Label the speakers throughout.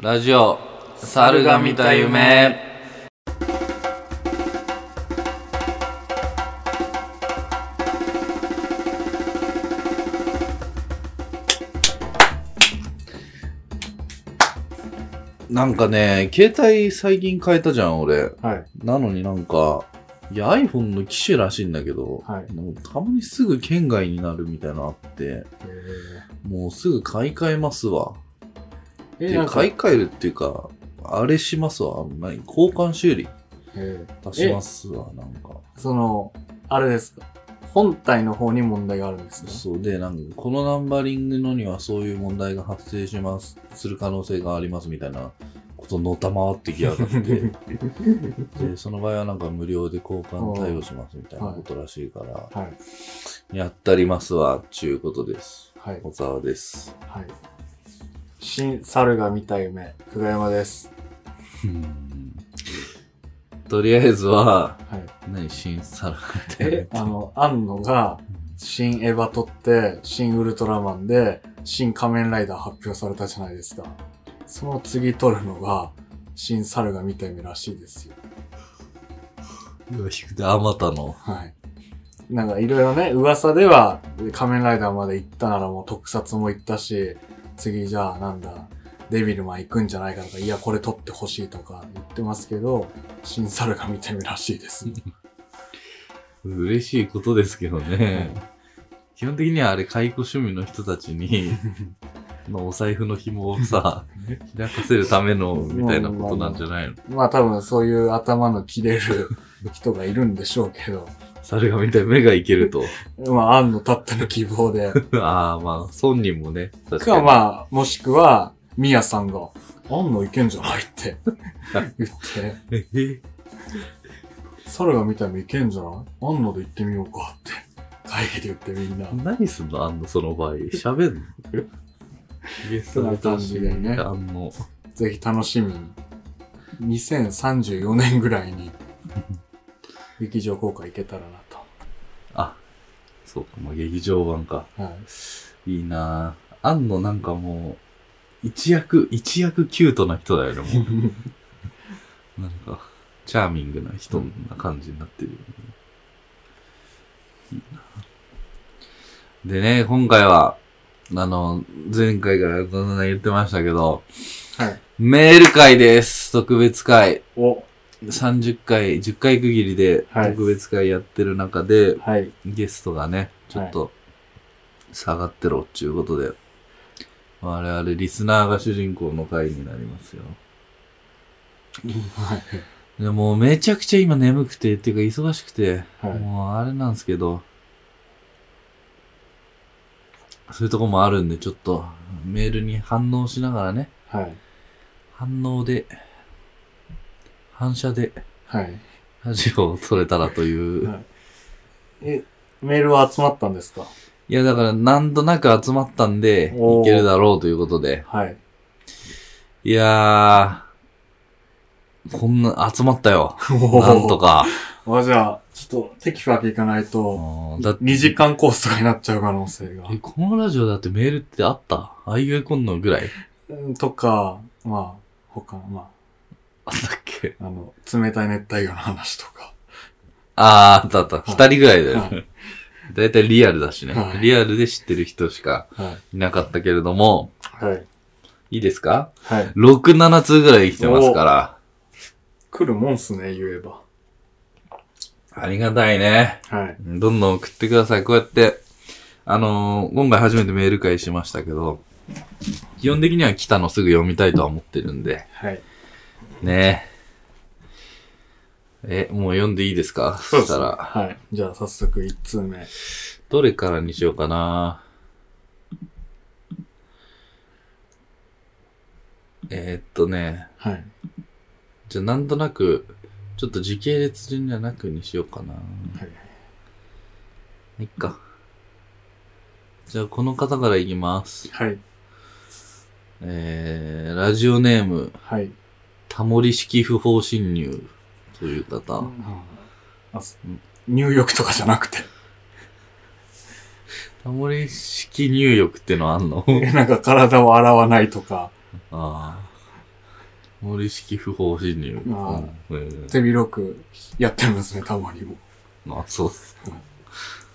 Speaker 1: ラジオ猿が見た夢なんかね携帯最近変えたじゃん俺
Speaker 2: はい。
Speaker 1: なのになんかいや iPhone の機種らしいんだけど、
Speaker 2: はい
Speaker 1: もうたまにすぐ県外になるみたいなのあってもうすぐ買い替えますわっ
Speaker 2: えー
Speaker 1: てい
Speaker 2: な
Speaker 1: うん
Speaker 2: か
Speaker 1: 買い替えるっていうか、あれしますわ。あの何交換修理
Speaker 2: えー
Speaker 1: 出しますわ、なんか。
Speaker 2: その、あれですか。本体の方に問題があるんですか
Speaker 1: そうで、なんか、このナンバリングのにはそういう問題が発生します、する可能性がありますみたいなことのたまわってきやが って、で、その場合はなんか無料で交換対応しますみたいなことらしいから、
Speaker 2: はい。
Speaker 1: やったりますわ、ちゅうことです。
Speaker 2: はい。
Speaker 1: 小沢です。
Speaker 2: はい。新猿が見た夢、久我山です。
Speaker 1: とりあえずは、
Speaker 2: はい。
Speaker 1: 何、新サラ
Speaker 2: え、あの、安野が、新エヴァ撮って、新ウルトラマンで、新仮面ライダー発表されたじゃないですか。その次撮るのが、新猿が見た夢らしいですよ。
Speaker 1: あまたの。
Speaker 2: はい。なんかいろいろね、噂では、仮面ライダーまで行ったならもう特撮も行ったし、次じゃあなんだ、デビルマン行くんじゃないかとか、いや、これ撮ってほしいとか言ってますけど、新猿が見てみらしいです。
Speaker 1: 嬉しいことですけどね。基本的にはあれ、解雇趣味の人たち に、のお財布の紐をさ、開かせるための、みたいなことなんじゃないの
Speaker 2: まあ多分そういう頭の切れる人がいるんでしょうけど、
Speaker 1: 猿が見たい目がいけると。
Speaker 2: まあ、安野たっての希望で、
Speaker 1: ああ、まあ、孫人もね、確か
Speaker 2: か
Speaker 1: に。
Speaker 2: まあ、もしくは、ミヤさんが、安野いけんじゃないって 言って、
Speaker 1: えへ
Speaker 2: 猿が見た夢いけんじゃない安野で行ってみようかって、会議で言ってみんな。
Speaker 1: 何すんのあんの、その場合。喋んのゲストの
Speaker 2: そんな感じでね
Speaker 1: あんの、
Speaker 2: ぜひ楽しみに。2034年ぐらいに、劇場公開行けたらな
Speaker 1: あ、そうか、まあ、劇場版か。
Speaker 2: と。はい。
Speaker 1: いいなあ。あんのなんかもう、一躍、一躍キュートな人だよね、もう。なんか、チャーミングな人な感じになってるよね。いいな。でね、今回は、あの、前回からだんだん言ってましたけど、
Speaker 2: はい。
Speaker 1: メール会です。特別会。
Speaker 2: お、
Speaker 1: 30回、10回区切りで
Speaker 2: はい
Speaker 1: 特別会やってる中で、
Speaker 2: はい。
Speaker 1: ゲストがね、ちょっと下がってろっちゅうことで、我々リスナーが主人公の回になりますよ。
Speaker 2: はい。
Speaker 1: でもうめちゃくちゃ今眠くて、っていうか忙しくて、
Speaker 2: はい。
Speaker 1: もうあれなんですけど、そういうとこもあるんで、ちょっとメールに反応しながらね、
Speaker 2: はい。
Speaker 1: 反応で、反射で
Speaker 2: はい。
Speaker 1: ラジオを撮れたらという。
Speaker 2: はいえ、メールは集まったんですか
Speaker 1: いや、だからなんとなく集まったんで、
Speaker 2: おー
Speaker 1: いけるだろうということで。
Speaker 2: はい。
Speaker 1: いやー、こんな集まったよ。なんとか。
Speaker 2: あ、じゃあ、ちょっと、テキファーでいかないと、
Speaker 1: うんだって
Speaker 2: 2時間コースとかになっちゃう可能性が
Speaker 1: え、。このラジオだってメールってあったあいうえこんのぐらい
Speaker 2: うんとか、まあ、他、ま
Speaker 1: あったっけ
Speaker 2: あ、あの、冷たい熱帯魚の話とか。
Speaker 1: あー、あったあった。二人ぐらいだよ
Speaker 2: は
Speaker 1: ね。だいたいリアルだしね
Speaker 2: は。い
Speaker 1: リアルで知ってる人しか
Speaker 2: はい。
Speaker 1: いなかったけれども、
Speaker 2: はい。
Speaker 1: いいですか
Speaker 2: はい。
Speaker 1: ?6、7通ぐらい来てますから。
Speaker 2: 来るもんっすね、言えば。
Speaker 1: ありがたいね。
Speaker 2: はい。
Speaker 1: どんどん送ってください。こうやって、あのー今回初めてメール会しましたけど、基本的には来たのすぐ読みたいとは思ってるんで、
Speaker 2: はい。
Speaker 1: ねえ。え、もう読んでいいですかそしたら、
Speaker 2: はい。じゃあ、早速、1通目。
Speaker 1: どれからにしようかな。えー、っとね、
Speaker 2: はい。
Speaker 1: じゃあなんとなく、ちょっと時系列順じゃなくにしようかな。いっか。じゃあこの方からいきます。
Speaker 2: はい。
Speaker 1: えー、ラジオネーム、
Speaker 2: はい。
Speaker 1: タモリ式不法侵入という方。
Speaker 2: あ、そ入浴とかじゃなくて。
Speaker 1: タモリ 式入浴ってのあんの
Speaker 2: なんか、体を洗わないとか、
Speaker 1: ああ。森式不法侵入。
Speaker 2: あ
Speaker 1: うんうん
Speaker 2: 手広くやってるんですね、たまにも。
Speaker 1: まあ、そうっす
Speaker 2: うん。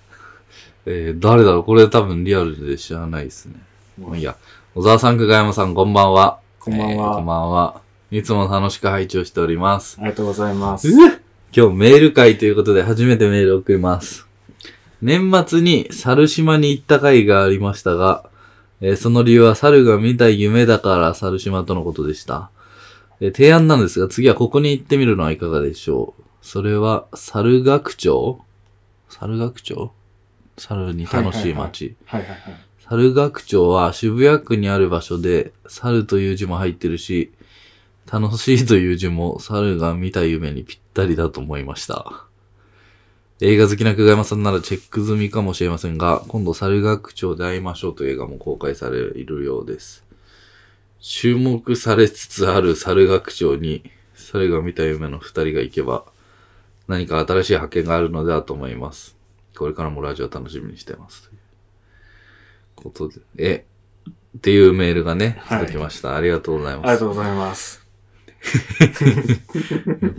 Speaker 1: えー、誰だろうこれ多分リアルで知らないですね。まあいいや。小沢さん、久我山さん、こんばんは。
Speaker 2: こんばん
Speaker 1: えーこん
Speaker 2: は。
Speaker 1: ばんは。いつも楽しく拝聴しております。
Speaker 2: ありがとうございます。
Speaker 1: 今日メール会ということで初めてメールを送ります。年末に猿島に行った回がありましたが、えーその理由は猿が見た夢だから猿島とのことでした。えー提案なんですが、次はここに行ってみるのはいかがでしょう。それは猿学町猿学町猿に楽しい街。
Speaker 2: はいはいはい。
Speaker 1: 猿学町は渋谷区にある場所で、猿という字も入ってるし、楽しいという字も猿が見た夢にぴったりだと思いました。映画好きな久我山さんならチェック済みかもしれませんが、今度猿学町で会いましょうという映画も公開されているようです。注目されつつある猿学町に、猿が見た夢の二人が行けば、何か新しい発見があるのではと思います。これからもラジオ楽しみにしてます。ことで、え、っていうメールがね、
Speaker 2: はい
Speaker 1: 届きました。ありがとうござい
Speaker 2: あり
Speaker 1: ま
Speaker 2: が
Speaker 1: す
Speaker 2: と。うございます。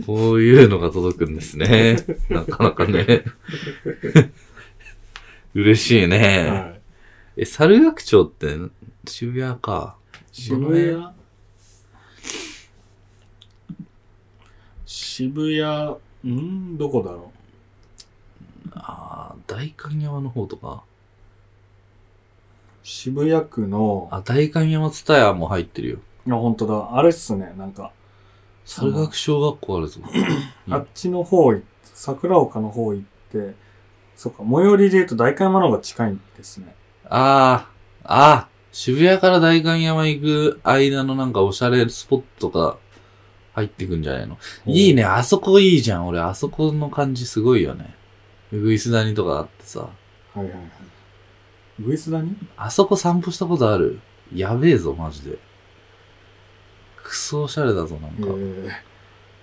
Speaker 1: こういうのが届くんです ね。なかなかね。嬉しいね。
Speaker 2: はい
Speaker 1: え、猿楽町って渋谷か。
Speaker 2: 渋
Speaker 1: ど
Speaker 2: 谷渋谷、んどこだろ
Speaker 1: ああ、代官山の方とか。
Speaker 2: う渋谷区の、あ、
Speaker 1: あ、代官山ツタヤも入ってるよ。
Speaker 2: ほんとだ。あれっすね、なんか、
Speaker 1: 猿楽小学校あるぞ。うん
Speaker 2: あっちの方行って、桜丘の方行って、そっか、最寄りで言うと大会山の方が近いんですね。
Speaker 1: ああ、あ渋谷から代官山行く間のなんかおしゃれスポットが入ってくんじゃないのいいね、
Speaker 2: ね。
Speaker 1: あそこいいじゃん。俺、あそこの感じすごいよね。うぐいす谷とかあってさ。
Speaker 2: はいはいはい。ウエスダに
Speaker 1: あそこ散歩したことあるやべえぞ、マジで。クソおしゃれだぞ、なん
Speaker 2: え
Speaker 1: か。
Speaker 2: ー、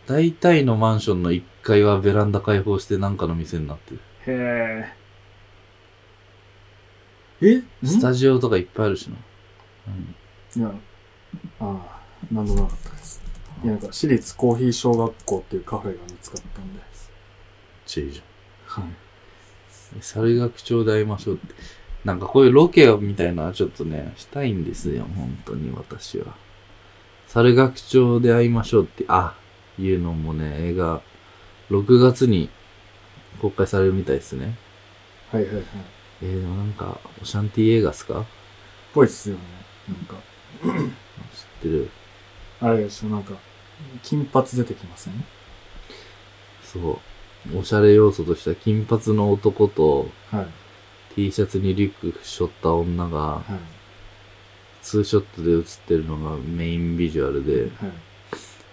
Speaker 1: 大体のマンションの1階はベランダ開放してなんかの店になってる。
Speaker 2: へえ。えん
Speaker 1: スタジオとかいっぱいあるしな。うん
Speaker 2: いや、ああ、なんでもなかったです。いや、なんか、私立コーヒー小学校っていうカフェが見つかったんで。
Speaker 1: ちょいじゃ
Speaker 2: はい。
Speaker 1: ん。猿楽町で会いましょうって。なんかこういうロケみたいなのはちょっとね、したいんですよ、本当に私は。猿楽町で会いましょうって、あ、いうのもね、映画、6月に公開されるみたいですね。
Speaker 2: はいはいはい。
Speaker 1: えー、でもなんか、オシャンティ映画っすか
Speaker 2: ぽいっすよね。なんか、
Speaker 1: 知ってる。
Speaker 2: あれでしょ、なんか、金髪出てきません
Speaker 1: そう。おしゃれ要素とした金髪の男と
Speaker 2: はい。
Speaker 1: T シャツにリュック背負った女が、
Speaker 2: はい。
Speaker 1: ツーショットで映ってるのがメインビジュアルで、
Speaker 2: は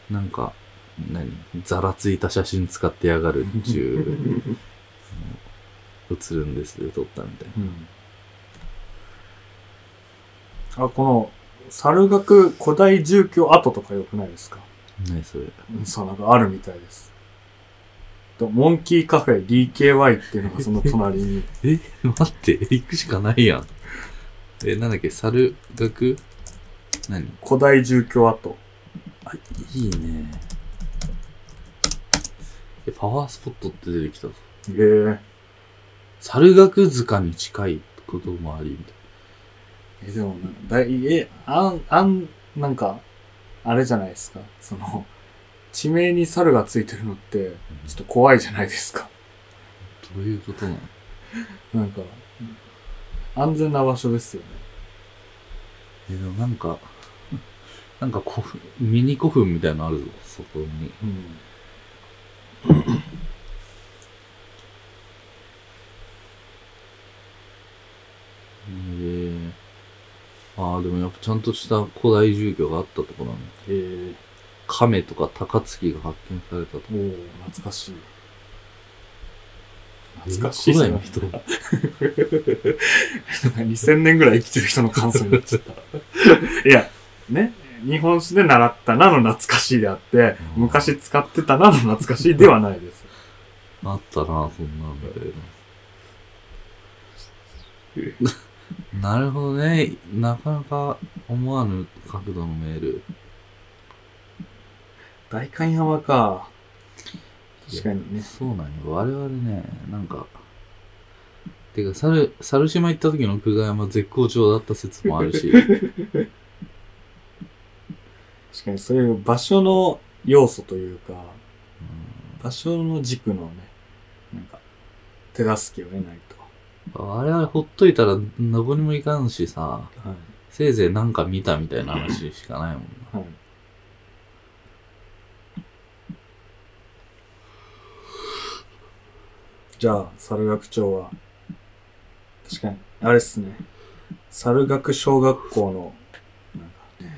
Speaker 2: い。
Speaker 1: なんか、何ざらついた写真使ってやがるっち ゅう、映るんですで撮ったみたいな。
Speaker 2: うん。あ、この、猿学古代住居跡とかよくないですか
Speaker 1: 何それ。
Speaker 2: うんそう、なんかあるみたいです。とモンキーカフェ DKY っていうのがその隣 に。
Speaker 1: え、待って、行くしかないやん。え、なんだっけ、猿楽何
Speaker 2: 古代住居跡。
Speaker 1: いいね。え、パワースポットって出てきたぞ。
Speaker 2: へえ。
Speaker 1: 猿楽塚に近いこともあり、みたい
Speaker 2: え、でもなんか、だい、え、あん、あん、なんか、あれじゃないですか。その、地名に猿がついてるのって、ちょっと怖いじゃないですか。
Speaker 1: な。どういうことなの
Speaker 2: なんか、安全な場所ですよね。
Speaker 1: え、でもなんか、 なんか古墳、ミニ古墳みたいなのあるぞ、そこに。
Speaker 2: うん。
Speaker 1: えー、ああ、でもやっぱちゃんとした古代住居があったとこなの。
Speaker 2: へえ。
Speaker 1: 亀とか高槻が発見されたとこ。
Speaker 2: おー、懐かしい。懐かし
Speaker 1: え
Speaker 2: いじゃ
Speaker 1: 古
Speaker 2: ん
Speaker 1: 代の人。
Speaker 2: 2000年ぐらい生きてる人の感想になっちゃ った。いや、ね、日本史で習ったなの懐かしいであって、
Speaker 1: うん
Speaker 2: 昔使ってたなの懐かしいではない です。
Speaker 1: あったな、そんなんだ けど。なるほどね。なかなか思わぬ角度のメール。
Speaker 2: 代官山か。確かにね。
Speaker 1: そうなんよ。我々ね、なんか、てか、猿、猿島行った時の久我山絶好調だった説もある し、
Speaker 2: 確かにそういう場所の要素というか、
Speaker 1: うん
Speaker 2: 場所の軸のね、なんか、手助けを得ない
Speaker 1: 我々ほっといたらどこにも行かんしさ、
Speaker 2: と。は
Speaker 1: せいぜいなんか見たみたいな話しかないもんな。
Speaker 2: い。はい。じゃあ、猿学長は、確かに、あれっすね。猿学小学校の、なんかね、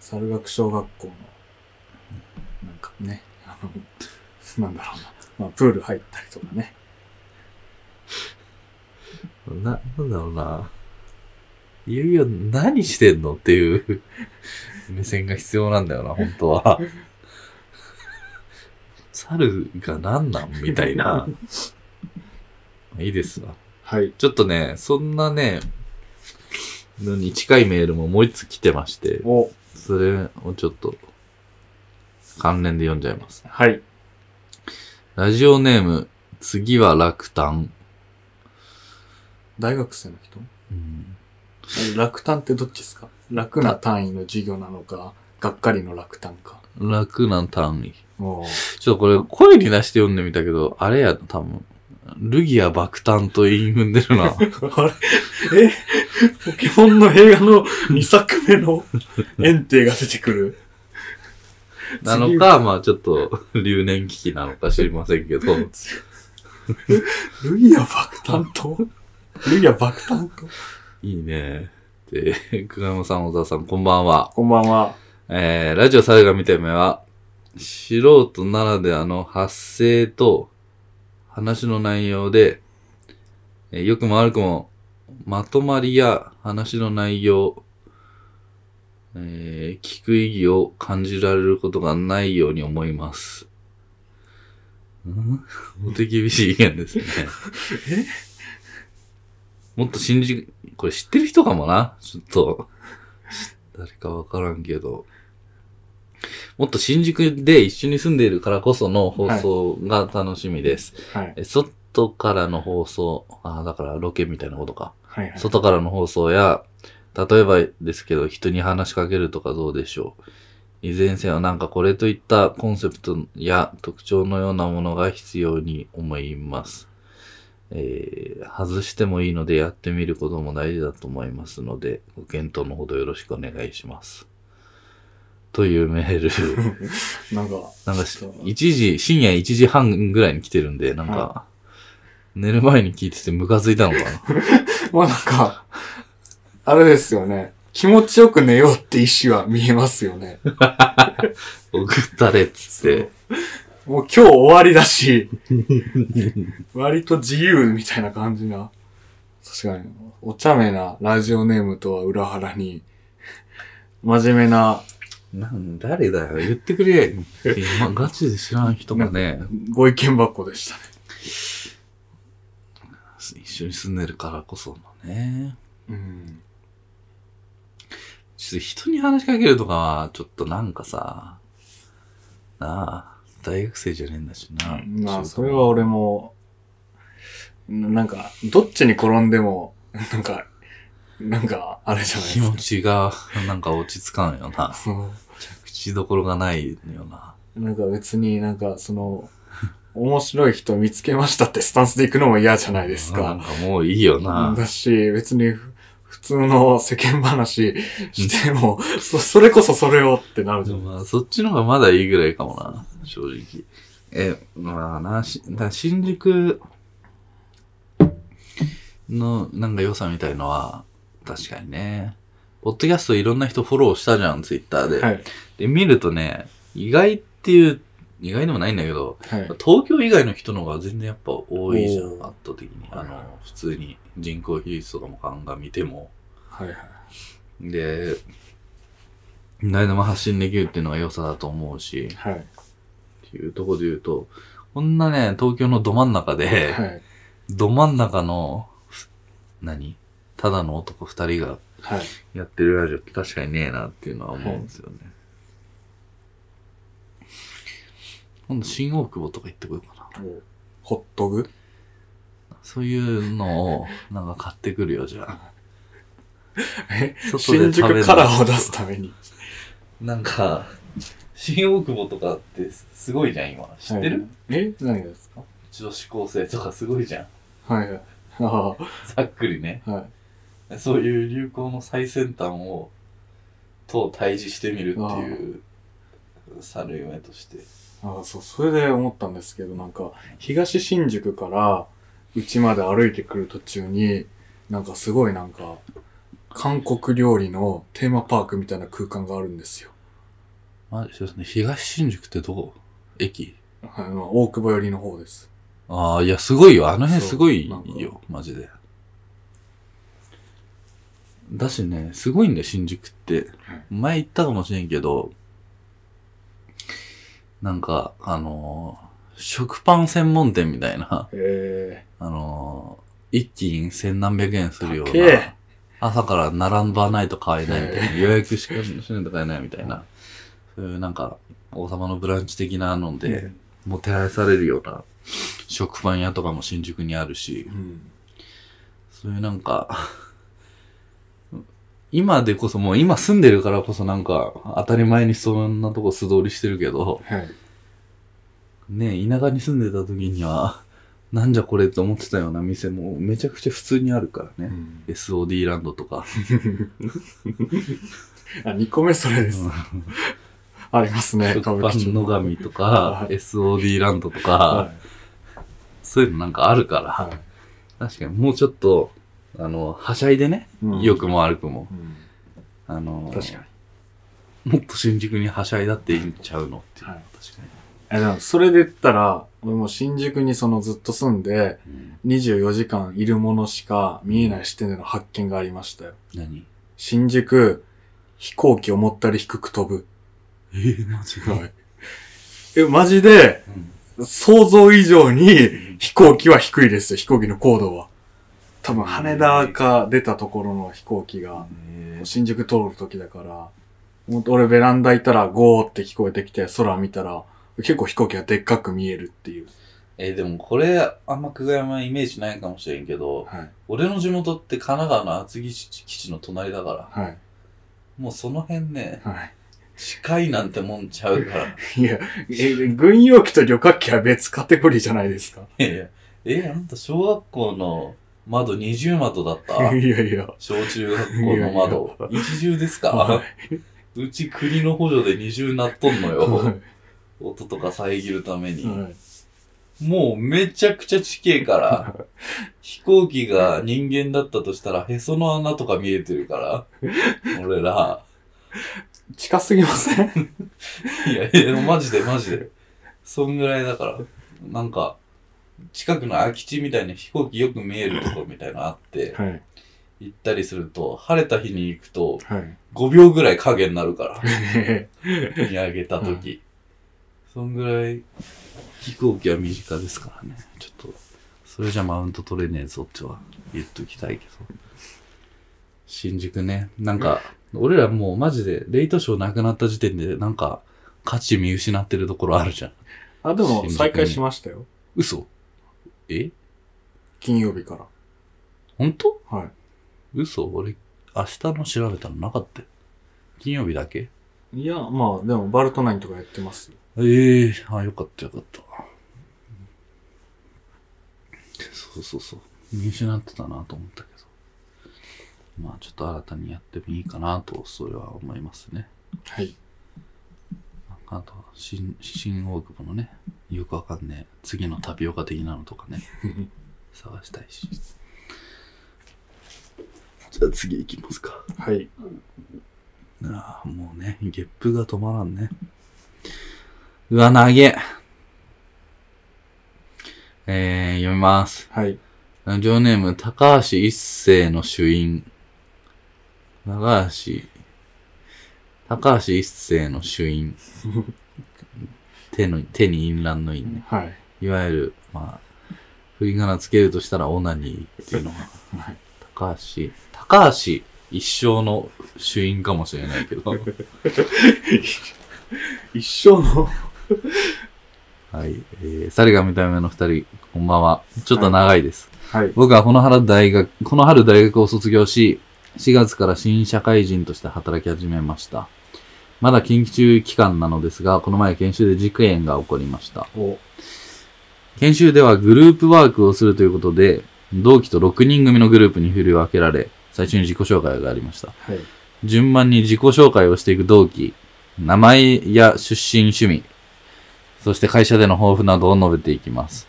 Speaker 2: 猿学小学校の、なんかね、あの、なんだろうな。まあ、プール入ったりとかね。
Speaker 1: な、なんだろうな。いよいよ何してんのっていう 目線が必要なんだよな、本当は。 猿が何なんみたいな。いいですわ。
Speaker 2: はい。
Speaker 1: ちょっとね、そんなね、のに近いメールももう一つ来てまして、
Speaker 2: お、
Speaker 1: それをちょっと関連で読んじゃいます。
Speaker 2: はい。
Speaker 1: ラジオネーム、次は落胆。
Speaker 2: 大学生の人
Speaker 1: うん
Speaker 2: 楽単ってどっちですか楽な単位の授業なのか、がっかりの楽単か。
Speaker 1: 楽な単位。
Speaker 2: も
Speaker 1: ちょっとこれ声に出して読んでみたけど、あれやな、多分。ルギア爆誕と言い踏んでるな。
Speaker 2: う。 あれえポケモンの映画 の2作目の園庭が出てくる。
Speaker 1: なのか、まあちょっと、留年危機なのか知りませんけど。
Speaker 2: ルギア爆誕とルギア爆誕と
Speaker 1: いいね。で、久我山さん、小沢さん、こんばんは。
Speaker 2: こんばんは。
Speaker 1: えー、ラジオ猿が見て目は、素人ならではの発声と話の内容で、えー良くも悪くも、まとまりや話の内容、えー聞く意義を感じられることがないように思います。ん お手厳しい意見ですね。もっと信じ、これ知ってる人かもな。ちょっと、誰かわからんけど。もっと新宿で一緒に住んでいるからこその放送が楽しみです。
Speaker 2: はい。
Speaker 1: え外からの放送、ああ、だからロケみたいなことか。
Speaker 2: はいはい。
Speaker 1: 外からの放送や、例えばですけど、人に話しかけるとかどうでしょう。いずれにせよ、なんかこれといったコンセプトや特徴のようなものが必要に思います。えー外してもいいのでやってみることも大事だと思いますので、ご検討のほどよろしくお願いします。というメール。
Speaker 2: なんか、
Speaker 1: なんかし
Speaker 2: ちょっと、
Speaker 1: 一時、深夜1時半ぐらいに来てるんで、なんか、
Speaker 2: は
Speaker 1: 寝る前に聞いててムカついたのか な。
Speaker 2: まあなんか、あれですよね。気持ちよく寝ようって意思は見えますよね。
Speaker 1: 送ったれっつって。
Speaker 2: もう今日終わりだし、割と自由みたいな感じな。確かに、お茶目なラジオネームとは裏腹に、真面目な、
Speaker 1: なん誰だよ、言ってく れ。今、ガチで知らん人がね、
Speaker 2: ご意見箱でしたね。
Speaker 1: 一緒に住んでるからこそのね。
Speaker 2: うん。
Speaker 1: ちょっと人に話しかけるとかは、ちょっとなんかさ、なあ、大学生じゃねえんだしな。
Speaker 2: まあ、それは俺も、ななんか、どっちに転んでも、なんか、なんか、あれじゃない
Speaker 1: 気
Speaker 2: です
Speaker 1: 持
Speaker 2: か。
Speaker 1: ちが、なんか落ち着かんよな。
Speaker 2: そう
Speaker 1: 口どころがないよな。
Speaker 2: なんか別になんかその、面白い人見つけましたってスタンスで行くのも嫌じゃないです
Speaker 1: なん
Speaker 2: か。
Speaker 1: かもういいよな。
Speaker 2: だし、別にふ普通の世間話しても、そそれこそそれをってなるじゃん。
Speaker 1: まあ、そっちの方がまだいいぐらいかもな、正直。え、まあな、しだから新宿のなんか良さみたいのは、確かにね。ポッドキャストいろんな人フォローしたじゃん、ツイッターで。
Speaker 2: はい。
Speaker 1: で、見るとね、意外っていう、意外でもないんだけど、
Speaker 2: はい。
Speaker 1: 東京以外の人の方が全然やっぱ多いじゃん、
Speaker 2: お
Speaker 1: 圧
Speaker 2: ー
Speaker 1: 倒的に。あ
Speaker 2: はいはい
Speaker 1: の、普通に人口比率とかも鑑みても。
Speaker 2: はいはい。
Speaker 1: で、誰でも発信できるっていうのが良さだと思うし、
Speaker 2: はい。
Speaker 1: っていうところで言うと、こんなね、東京のど真ん中で、
Speaker 2: はい。
Speaker 1: ど真ん中の、何ただの男二人が
Speaker 2: はい。
Speaker 1: やってるラジオって確かにねえなっていうのは思うんですよね。今度新大久保とか行ってこようか
Speaker 2: もうホットグ
Speaker 1: な。そういうのをなんか買ってくるよ、じゃあ。
Speaker 2: え
Speaker 1: 外で
Speaker 2: 新
Speaker 1: 食べる
Speaker 2: 宿カラーを出すために。
Speaker 1: なんか、新大久保とかってすごいじゃん、今。知ってる、
Speaker 2: はいえ何がですか
Speaker 1: 女子高生とかすごいじゃん。
Speaker 2: はいはい。あ
Speaker 1: ざっくりね。
Speaker 2: あ、はい。
Speaker 1: そういう流行の最先端を、と対峙してみるっていう、猿夢として。
Speaker 2: ああ、そう、それで思ったんですけど、なんか、東新宿から、うちまで歩いてくる途中に、なんかすごいなんか、韓国料理のテーマパークみたいな空間があるんですよ。
Speaker 1: マジですね。東新宿ってどこ駅
Speaker 2: あの、大久保寄りの方です。
Speaker 1: ああ、いや、すごいよ。あの辺
Speaker 2: そう
Speaker 1: すごい
Speaker 2: なん
Speaker 1: よ。マジで。だしね、すごいんだよ、新宿って。
Speaker 2: はい
Speaker 1: 前行ったかもしれんけど、なんか、あのー食パン専門店みたいな、
Speaker 2: え
Speaker 1: あのー一斤千何百円するよう
Speaker 2: 高え
Speaker 1: な、朝から並ばないと買えないみたいな、予約しかしないと買えないみたいな、そういうなんか、王様のブランチ的なの
Speaker 2: え
Speaker 1: で、もてはやされるような食パン屋とかも新宿にあるし
Speaker 2: う、ん。
Speaker 1: そういうなんか、今でこそもう今住んでるからこそなんか当たり前にそんなとこ素通りしてるけど、
Speaker 2: はい。
Speaker 1: ねえ田舎に住んでた時には、なんじゃこれって思ってたような店もめちゃくちゃ普通にあるからね。SOD ランドとか。
Speaker 2: あ、2個目それです。ありますね、歌
Speaker 1: 食
Speaker 2: 舞
Speaker 1: パ
Speaker 2: 伎町
Speaker 1: ン野上とか
Speaker 2: は、い
Speaker 1: SOD ランドと
Speaker 2: は
Speaker 1: か、
Speaker 2: い。
Speaker 1: そういうのなんかあるから、
Speaker 2: は
Speaker 1: 確かにもうちょっと、あの、はしゃいでね、
Speaker 2: い。うん
Speaker 1: 良、くも悪くも、
Speaker 2: うん。
Speaker 1: あの、
Speaker 2: 確かに。
Speaker 1: もっと新宿にはしゃいだって言っちゃうのっていう。
Speaker 2: はい
Speaker 1: 確か
Speaker 2: え、でも、それで言ったら、俺も新宿にそのずっと住んで、
Speaker 1: に。
Speaker 2: 24時間いるものしか見えない視点での発見がありましたよ。
Speaker 1: 何
Speaker 2: 新宿、飛行機思ったより低く飛ぶ。
Speaker 1: えー、マジか。
Speaker 2: い。え、マジで、想像以上に飛行機は低いですよ、飛行機の高度は。多分、羽田か出たところの飛行機が、
Speaker 1: えー
Speaker 2: 新宿通る時だから、ほんと俺ベランダ行ったらゴーって聞こえてきて、空見たら、結構飛行機がでっかく見えるっていう。
Speaker 1: えーでもこれ、あんま久我山イメージないかもしれんけど、
Speaker 2: はい。
Speaker 1: 俺の地元って神奈川の厚木基地の隣だから、
Speaker 2: はい。
Speaker 1: もうその辺 ね、
Speaker 2: は
Speaker 1: 近いなんてもんちゃうから。
Speaker 2: い。いや、え、軍用機と旅客機は別カテゴリーじゃないですか。
Speaker 1: いやいやえーあんた小学校の窓二重窓だっ た
Speaker 2: いやいや。
Speaker 1: 小中学校の窓。一重ですか
Speaker 2: は
Speaker 1: うち国の補助で二重なっとんの
Speaker 2: い。は
Speaker 1: よ。音とか遮るために。
Speaker 2: いはい
Speaker 1: もうめちゃくちゃ地形から、飛行機が人間だったとしたら、へその穴とか見えてるから、俺ら。
Speaker 2: 近すぎません
Speaker 1: いやいや、マジでマジで。そんぐらいだから。なんか、近くの空き地みたいに飛行機よく見えるところみたいのあって、
Speaker 2: はい。
Speaker 1: 行ったりすると、晴れた日に行くと、
Speaker 2: はい。
Speaker 1: 5秒ぐらい影になるから。見上げたとき、そんぐらい飛行機は身近ですからねちょっとそれじゃマウント取れねえぞっては言っときたいけど新宿ねなんか俺らもうマジでレイトショーなくなった時点でなんか価値見失ってるところあるじゃん
Speaker 2: あ、でも
Speaker 1: 新宿に
Speaker 2: 再開しましたよ。
Speaker 1: 嘘え
Speaker 2: 金曜日から。
Speaker 1: 本当
Speaker 2: はい。
Speaker 1: 嘘俺明日の調べたのなかったよ金曜日だけ
Speaker 2: いや、まあ、でも、バルトナインとかやってますよ。
Speaker 1: ええあ、よかったよかった。そうそうそう。見失ってたなと思ったけど。まあちょっと新たにやってもいいかなと、それは思いますね。
Speaker 2: はい。
Speaker 1: あと、新、新大久保のね、よくわかんねえ、次のタピオカ的なのとか ね、探したいし。じゃあ次行きますか。
Speaker 2: はい。
Speaker 1: ああ、もうね、ゲップが止まらんね。うわ、投げ。えー、読みます。
Speaker 2: はい。
Speaker 1: ラジオネーム、高橋一生の主因。高橋、高橋一生の主因。手の、手に淫乱の因ね。
Speaker 2: はい。
Speaker 1: いわゆる、まあ、振り仮名つけるとしたらオナニーっていうのが、
Speaker 2: はい
Speaker 1: 高橋、高橋一生の主因かもしれないけど。
Speaker 2: 一生の。
Speaker 1: はい。えー、猿が見た目の二人、こんばんは。ちょっと長いです。
Speaker 2: はい。
Speaker 1: 僕はこの春大学、この春大学を卒業し、4月から新社会人として働き始めました。まだ緊急期間なのですが、この前研修で事件が起こりました。
Speaker 2: お、
Speaker 1: 研修ではグループワークをするということで、同期と6人組のグループに振り分けられ、最初に自己紹介がありました。
Speaker 2: はい。
Speaker 1: 順番に自己紹介をしていく同期、名前や出身趣味、そして会社での抱負などを述べていきます。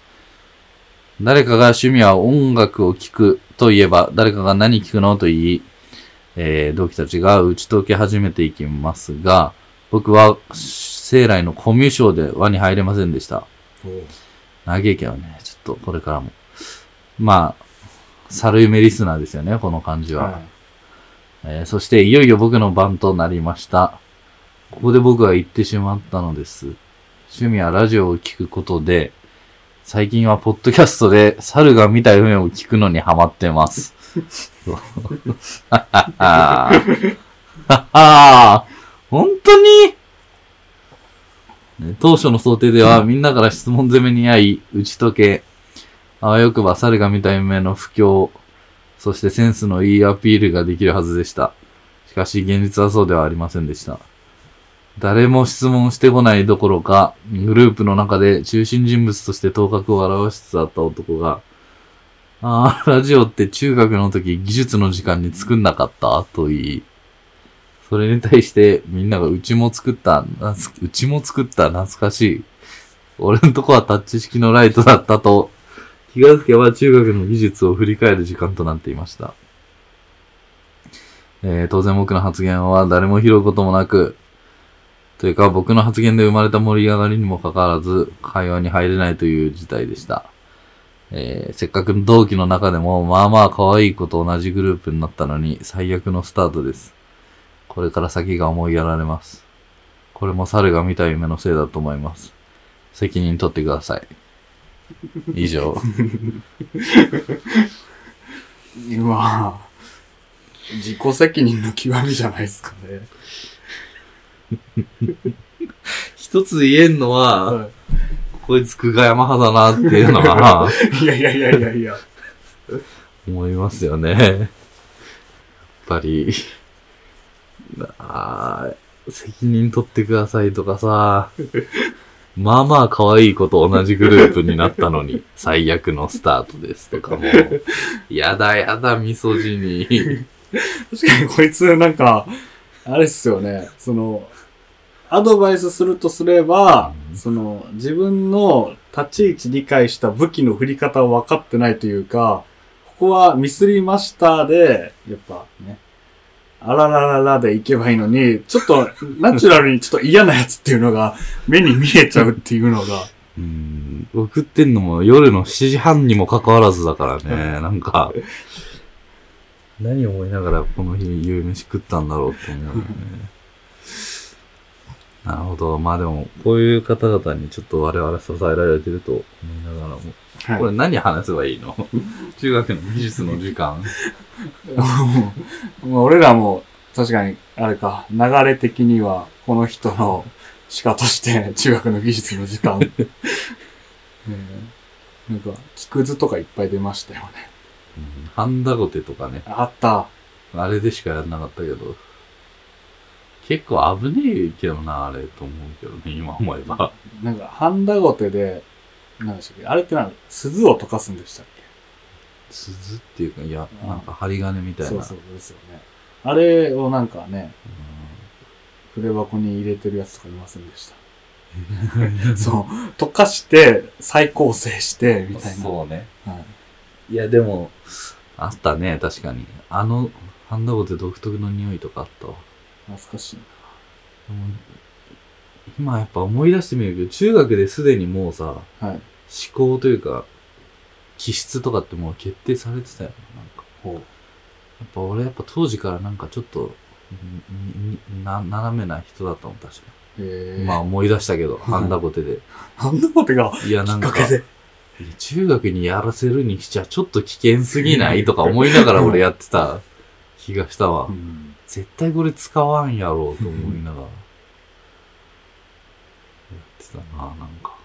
Speaker 1: 誰かが趣味は音楽を聴くと言えば、誰かが何聴くのと言い、えー同期たちが打ち解け始めていきますが、僕は生来のコミュ障で輪に入れませんでした。
Speaker 2: お
Speaker 1: 長いけどね、ちょっとこれからも。まあ、猿夢リスナーですよね、この感じは。
Speaker 2: はい。
Speaker 1: えーそして、いよいよ僕の番となりました。ここで僕は言ってしまったのです。趣味はラジオを聞くことで、最近はポッドキャストで猿が見た夢を聞くのにハマってます。ははははは 本当にね当初の想定ではみんなから質問攻めに遭い、打ち解け、あわよくば猿が見た夢の不況、そしてセンスのいいアピールができるはずでした。しかし現実はそうではありませんでした。誰も質問してこないどころか、グループの中で中心人物として頭角を現しつつあった男が、ああ、ラジオって中学の時技術の時間に作んなかったと言い、それに対してみんながうちも作った、なつうちも作った懐かしい。俺のとこはタッチ式のライトだったと気がつけば中学の技術を振り返る時間となっていました。えー当然僕の発言は誰も拾うこともなく、というか僕の発言で生まれた盛り上がりにもかかわらず、会話に入れないという事態でした。えーせっかく同期の中でも、まあまあ可愛い子と同じグループになったのに、最悪のスタートです。これから先が思いやられます。これも猿が見た夢のせいだと思います。責任取ってください。以上。
Speaker 2: うわぁ自己責任の極みじゃないですかね。
Speaker 1: 一つ言えんのは、こいつ久我山派だなっていうのは
Speaker 2: いやいやいやいやいや。
Speaker 1: 思いますよね。やっぱり、あー責任取ってくださいとかさ、まあまあ可愛い子と同じグループになったのに、最悪のスタートですとかも、やだやだ、みそじに。
Speaker 2: 確かに こいつなんか、あれっすよね。その、アドバイスするとすれば、
Speaker 1: うん
Speaker 2: その、自分の立ち位置理解した武器の振り方を分かってないというか、ここはミスりましたで、やっぱね、あららららでいけばいいのに、ちょっとナチュラルにちょっと嫌なやつっていうのが目に見えちゃうっていうのが、
Speaker 1: うん、送ってんのも夜の7時半にもかかわらずだからね、なんか、何を思いながらこの日夕飯食ったんだろうって思うよね。なるほど。まあでも、こういう方々にちょっと我々支えられてると思いながらも。
Speaker 2: はい
Speaker 1: これ何話せば いいの中学の技術の時間。
Speaker 2: もう俺らも、確かに、あれか、流れ的には、この人の鹿として、中学の技術の時 間。ねえなんか、木くずとかいっぱい出ましたよね。
Speaker 1: うんハンダゴテとかね。
Speaker 2: あった。
Speaker 1: あれでしかやんなかったけど。結構危ねえけどな、あれと思うけどね、今思えば。
Speaker 2: なんか、ハンダゴテで、何でしたっけあれってなんか、鈴を溶かすんでしたっ
Speaker 1: 鈴っていうか、いや、
Speaker 2: うん
Speaker 1: なんか針金み
Speaker 2: け
Speaker 1: たいな。
Speaker 2: そうそうですよね。あれをなんかね、
Speaker 1: う
Speaker 2: 筆箱に入れてるやつとかいません でした。そう。溶かして、再構成して、み
Speaker 1: ん
Speaker 2: たいな。
Speaker 1: そうね。
Speaker 2: はい
Speaker 1: いや、でも、あったね、確かに。あの、ハンダゴテ独特の匂いとかあったわ。
Speaker 2: 懐かしい。
Speaker 1: でも今やっぱ思い出してみるけど、中学ですでにもうさ、
Speaker 2: はい。
Speaker 1: 思考というか、気質とかってもう決定されてたよね、なんか。
Speaker 2: ほう。
Speaker 1: やっぱ俺やっぱ当時からなんかちょっと、んんんな、斜めな人だったもん、確か
Speaker 2: え
Speaker 1: に。
Speaker 2: ー、
Speaker 1: まあ思い出したけど、
Speaker 2: い
Speaker 1: ハンダゴテで。
Speaker 2: あ、んなことが
Speaker 1: いや、
Speaker 2: き
Speaker 1: な
Speaker 2: っ
Speaker 1: ん
Speaker 2: か
Speaker 1: か、
Speaker 2: けで。
Speaker 1: 中学にやらせるにしちゃちょっと危険すぎないとか思いながら俺やってた 気がしたわ。
Speaker 2: うん
Speaker 1: 絶対これ使わんやろうと思いながら。やってたな、なんか。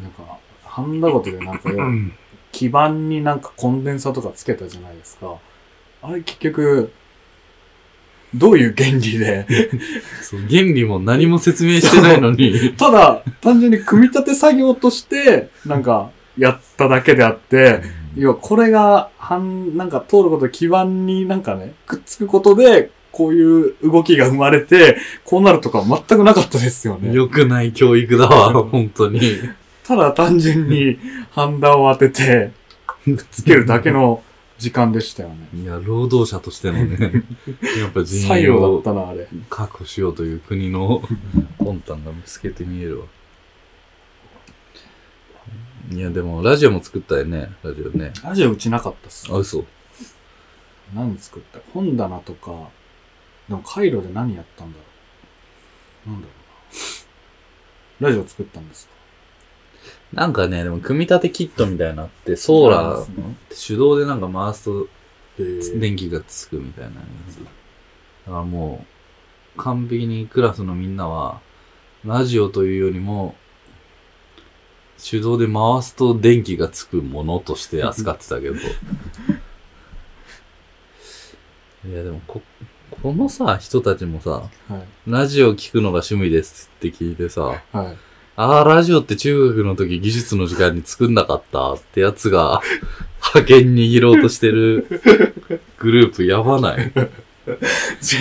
Speaker 2: なんか、ハンダごとでなんかよ、
Speaker 1: ん。
Speaker 2: 基板になんかコンデンサとかつけたじゃないですか。あれ結局、どういう原理 で、
Speaker 1: そう、原理も何も説明してないのに。
Speaker 2: ただ、単純に組み立て作業として、なんか、やっただけであって、要はこれが、はん、なんか通ることで基板になんかね、くっつくことで、こういう動きが生まれて、こうなるとか全くなかったですよね。
Speaker 1: 良くない教育だわ、本当 に。
Speaker 2: ただ単純に、ハンダを当てて、つけるだけの時間でしたよね。
Speaker 1: いや、労働者としてのね、やっぱ人
Speaker 2: 作
Speaker 1: 員
Speaker 2: 用
Speaker 1: を
Speaker 2: だったな、あれ。
Speaker 1: 確保しようという国の魂胆が見つけて見えるわ。いや、でも、ラジオも作ったよね、ラジオね。
Speaker 2: ラジオうちなかったっす
Speaker 1: あ、。嘘。
Speaker 2: 何作った本棚とか、でもカイロで何やったんだろう。なんだろうな。ラジオ作ったんですか
Speaker 1: なんかね、でも、組み立てキットみたいなのあって、ソーラー手動でなんか回すと
Speaker 2: へー
Speaker 1: 電気がつくみたいなやつ。だからもう、完璧にクラスのみんなは、ラジオというよりも、手動で回すと電気がつくものとして扱ってたけど。いや、でもこ、このさ、人たちもさ、
Speaker 2: はい。
Speaker 1: ラジオ聞くのが趣味ですって聞いてさ、
Speaker 2: はい。
Speaker 1: ああ、ラジオって中学の時技術の時間に作んなかったってやつが、派遣握ろうとしてるグループやばない。
Speaker 2: 確か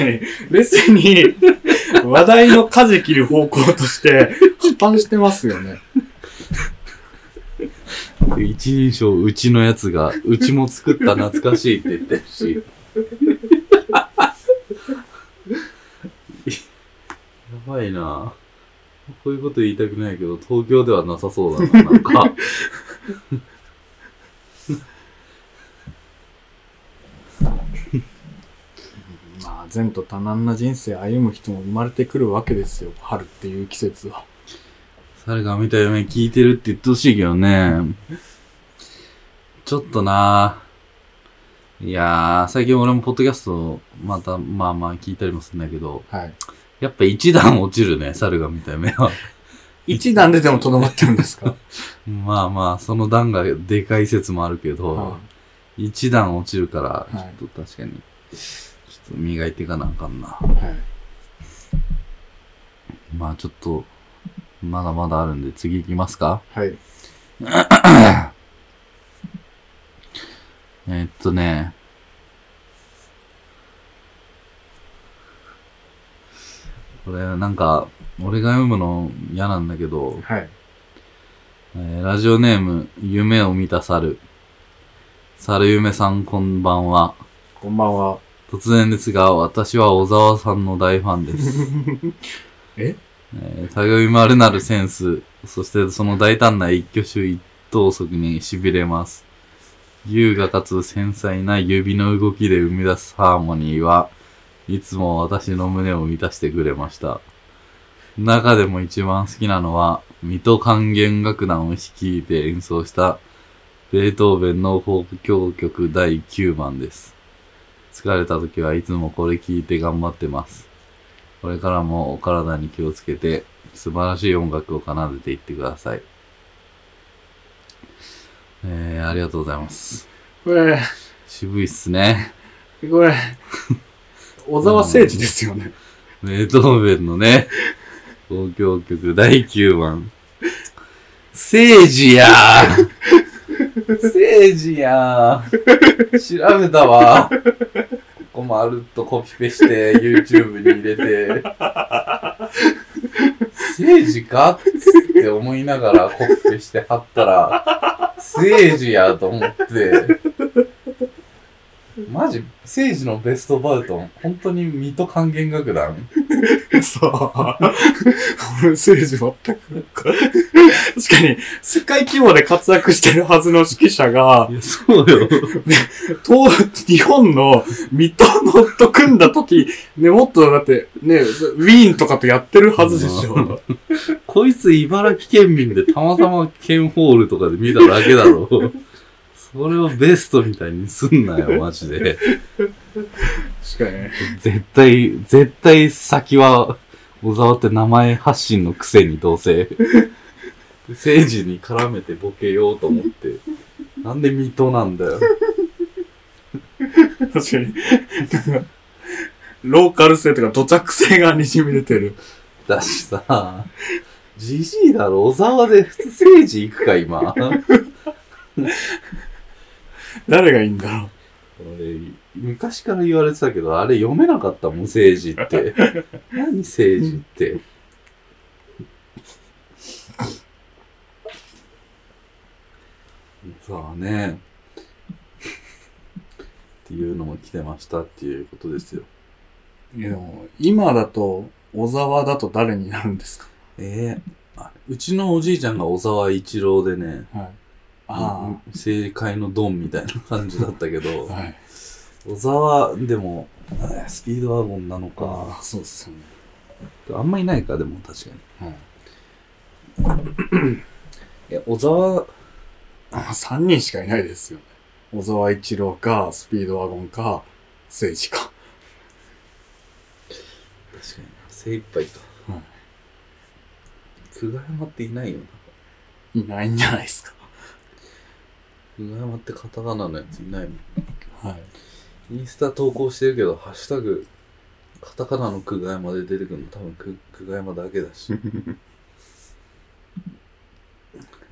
Speaker 2: に、別 に、話題の舵切る方向として、破綻してますよね。
Speaker 1: 一人称うちのやつが、うちも作った懐かしいって言ってるし。やばいなこういうこと言いたくないけど、東京ではなさそうだな、なんか。
Speaker 2: まあ、善と多難な人生歩む人も生まれてくるわけですよ。春っていう季節は。
Speaker 1: 誰が見た夢聞いてるって言ってほしいけどね。ちょっとないやー、最近俺もポッドキャスト、また、まあまあ聞いたりもするんだけど、
Speaker 2: はい。
Speaker 1: やっぱ一段落ちるね、猿が見た夢は。
Speaker 2: 一段ででもとどまってるんです か、
Speaker 1: まあまあ、その段がでかい説もあるけど、
Speaker 2: は
Speaker 1: 一段落ちるから、
Speaker 2: はい
Speaker 1: ちょっと確かに、ちょっと磨いていかなあかんな。
Speaker 2: い、はい。
Speaker 1: まあちょっと、まだまだあるんで次行きますか
Speaker 2: はい。
Speaker 1: えーっとね、これなんか、俺が読むの嫌なんだけど、
Speaker 2: はい。
Speaker 1: えーラジオネーム、夢を見た猿。猿夢さんこんばんは。
Speaker 2: こんばんは。
Speaker 1: 突然ですが、私は小沢さんの大ファンです。
Speaker 2: え
Speaker 1: えー、類まるなるセンス、そしてその大胆な一挙手一投足に痺れます。優雅かつ繊細な指の動きで生み出すハーモニーは、いつも私の胸を満たしてくれました。中でも一番好きなのは、水戸管弦楽団を率いて演奏した、ベートーベンのフォーク教曲第9番です。疲れた時はいつもこれ聞いて頑張ってます。これからもお体に気をつけて、素晴らしい音楽を奏でていってください。えー、ありがとうございます。
Speaker 2: これ、
Speaker 1: 渋いっすね。
Speaker 2: これ、小沢誠治ですよね。
Speaker 1: ベートーベンのね、交響曲第9番。聖治やー聖治やー調べたわ。ここまるっとコピペして YouTube に入れて。聖治かって思いながらコピペして貼ったら、聖治やと思って。マジ、聖治のベストバウトン、本当に水戸管弦楽団
Speaker 2: そう。俺、政治全く。確かに、世界規模で活躍してるはずの指揮者が、
Speaker 1: いや、そう よ。
Speaker 2: 東、日本の水戸のと組んだ時、ね、もっとだって、ね、そウィーンとかとやってるはずでしょ。
Speaker 1: こいつ茨城県民でたまたま県ホールとかで見ただけだろ。そそれをベストみたいにすんなよ、マジで。
Speaker 2: 確かにね。
Speaker 1: 絶対、絶対先は、小沢って名前発信のくせにどうせ。政治に絡めてボケようと思って。なんで水戸なんだよ。
Speaker 2: 確かに。なんかローカル性とか土着性がにじみ出てる。
Speaker 1: だしさ、じじいだろ、小沢で普通政治行くか、今。
Speaker 2: 誰がいいんだろう。
Speaker 1: 俺、昔から言われてたけど、あれ読めなかったもん、政治って。 何政治って。さあね。っていうのも来てましたっていうことですよ。
Speaker 2: いやでも、今だと、小沢だと誰になるんですか
Speaker 1: ええうちのおじいちゃんが小沢一郎でね、
Speaker 2: はい。あ
Speaker 1: 政界のドンみたいな感じだったけど
Speaker 2: あ。、 はい。
Speaker 1: 小沢、でも、えースピードワゴンなのか。
Speaker 2: あ、そうですよね。
Speaker 1: あんまいないか、でも確かに。
Speaker 2: はい。
Speaker 1: え、小沢、
Speaker 2: あ3人しかいないですよね。小沢一郎か、スピードワゴンか、政治か。
Speaker 1: 確かに精一杯か、
Speaker 2: はい
Speaker 1: 久我山っていないよない
Speaker 2: ないんじゃないですか。
Speaker 1: 久我山ってカタカナのやついないもん
Speaker 2: はい。
Speaker 1: インスタ投稿してるけど「ハッシュタグカタカナの久我山」で出てくるの多分く久我山だけだし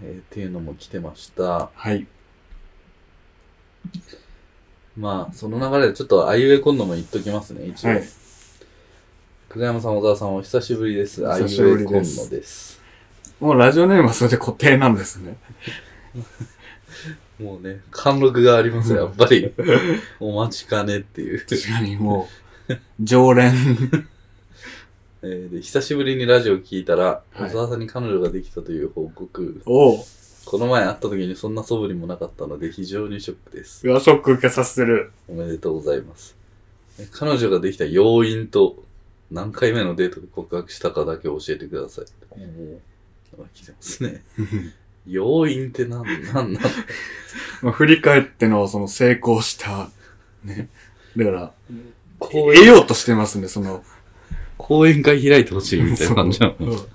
Speaker 1: えーっていうのも来てました
Speaker 2: はい。
Speaker 1: まあその流れでちょっとあいうえ今度も言っときますね一応、
Speaker 2: はい。
Speaker 1: 久我山さん小沢さんお久しぶりですあいう
Speaker 2: 久
Speaker 1: え
Speaker 2: しぶり
Speaker 1: 今
Speaker 2: です
Speaker 1: 度です
Speaker 2: もうラジオネームはそれで固定なんですね。
Speaker 1: もうね貫禄がありますよやっぱりお待ちかねっていう
Speaker 2: 確かにもう、 常連。
Speaker 1: えーで久しぶりにラジオ聞いたら、
Speaker 2: は
Speaker 1: 小
Speaker 2: い
Speaker 1: 沢さんに彼女ができたという報告
Speaker 2: を、
Speaker 1: この前会った時にそんな素振りもなかったので非常にショックです
Speaker 2: ショック受けさせて る。
Speaker 1: おめでとうございますえ彼女ができた要因と何回目のデートで告白したかだけ教えてくださいあ来てますね要因って何なんなん
Speaker 2: まあ、振り返っての、その成功した、ね。だから、
Speaker 1: 講
Speaker 2: 得
Speaker 1: 演
Speaker 2: ようとしてますね、その。
Speaker 1: 講演会開いてほしいみたいな感じなの
Speaker 2: そう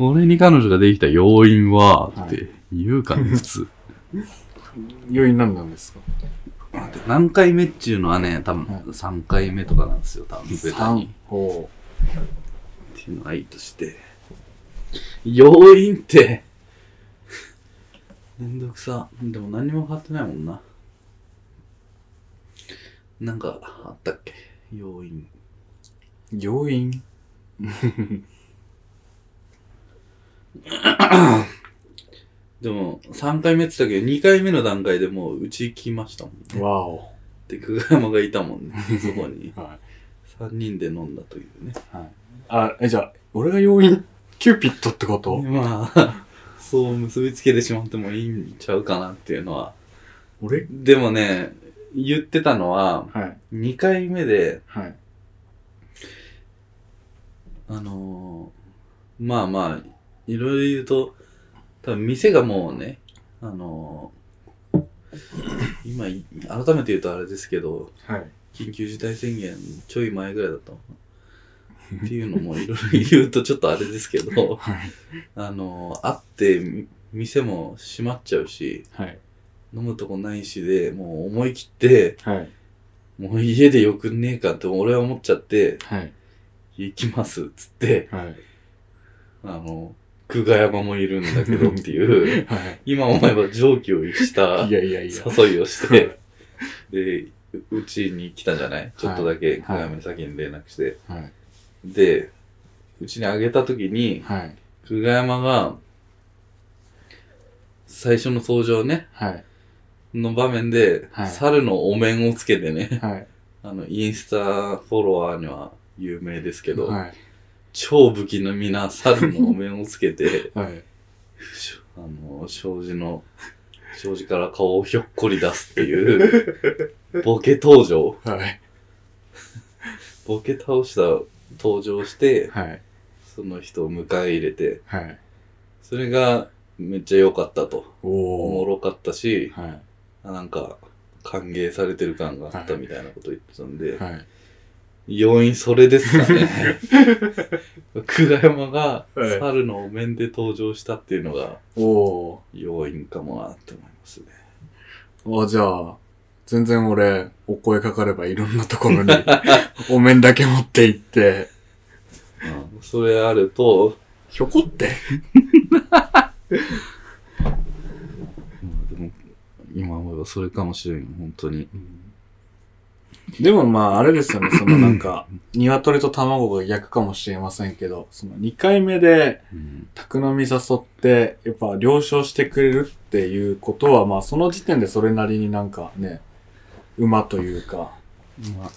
Speaker 1: 俺に彼女ができた要因はって言うかね、普通
Speaker 2: 要因何なんですか
Speaker 1: 何回目っていうのはね、多分
Speaker 2: はい
Speaker 1: 3回目とかなんですよ、多分ベタに。
Speaker 2: 三ほ
Speaker 1: っていうのはいいとして。要因って、 めんどくさ。でも何にも変わってないもんな。なんかあったっけ要因。
Speaker 2: う。要因
Speaker 1: でも、3回目って言ったけど、2回目の段階でもううち来ましたもんね。
Speaker 2: わお。。
Speaker 1: で、久我山がいたもんね、そこに
Speaker 2: はい。
Speaker 1: 3人で飲んだというね。
Speaker 2: あ、え、じゃあ、俺が要因、キューピットってこと
Speaker 1: ま あ、そう結びつけてしまってもいいんちゃうかなっていうのは。
Speaker 2: 俺
Speaker 1: でもね、言ってたのは、
Speaker 2: はい。
Speaker 1: 2回目で、
Speaker 2: はい。
Speaker 1: あのーまあまあ、いろいろ言うと、多分店がもうね、あのー今い、改めて言うとあれですけど、
Speaker 2: はい。
Speaker 1: 緊急事態宣言ちょい前ぐらいだったのかなっていうのもいろいろ言うとちょっとあれですけど、
Speaker 2: はい。
Speaker 1: あのーあってみ、店も閉まっちゃうし、
Speaker 2: はい。
Speaker 1: 飲むとこないしで、もう思い切って、
Speaker 2: はい。
Speaker 1: もう家でよくねえかって俺は思っちゃって、
Speaker 2: はい。
Speaker 1: 行きますっつって、
Speaker 2: はい。
Speaker 1: あの、久我山もいるんだけどって いう、
Speaker 2: は
Speaker 1: 今思えば上気を逸した
Speaker 2: い。いやいやいや。
Speaker 1: 誘いをして、で、ううちに来たじゃないちょっとだけ久我山に先に連絡して。
Speaker 2: はい。
Speaker 1: で、うちにあげた時に、
Speaker 2: はい。
Speaker 1: 久我山が、最初の登場ね、
Speaker 2: はい。
Speaker 1: の場面で、
Speaker 2: はい
Speaker 1: 猿のお面をつけてね、
Speaker 2: はい。
Speaker 1: あの、インスタフォロワーには有名ですけど、
Speaker 2: はい。、
Speaker 1: 超武器の皆、猿のお面をつけて
Speaker 2: はい。
Speaker 1: あの、障子の、障子から顔をひょっこり出すっていう、ボケ登場。
Speaker 2: はい。
Speaker 1: ボケ倒した登場して、
Speaker 2: はい。
Speaker 1: その人を迎え入れて、
Speaker 2: はい。
Speaker 1: それがめっちゃ良かったと。お
Speaker 2: お
Speaker 1: も
Speaker 2: ー。
Speaker 1: ろかったし、
Speaker 2: はい。
Speaker 1: なんか歓迎されてる感があったみたいなこと言ってたんで、
Speaker 2: はい。
Speaker 1: 要因それですか ね。久我山が
Speaker 2: はい
Speaker 1: 猿のお面で登場したっていうのが
Speaker 2: おお
Speaker 1: 要因かもなって思いますね。
Speaker 2: ー。あ、じゃあ、全然俺、お声かかればいろんなところ に、お面だけ持って行って、
Speaker 1: うん、それあると、
Speaker 2: ひょこって。
Speaker 1: うんでも今思えばそれかもしれんよ、本当に。
Speaker 2: でもまあ、あれですよね、そのなんか、鶏と卵が逆かもしれませんけど、その2回目で
Speaker 1: うん
Speaker 2: 宅飲み誘って、やっぱ了承してくれるっていうことは、まあその時点でそれなりになんかね、馬というか、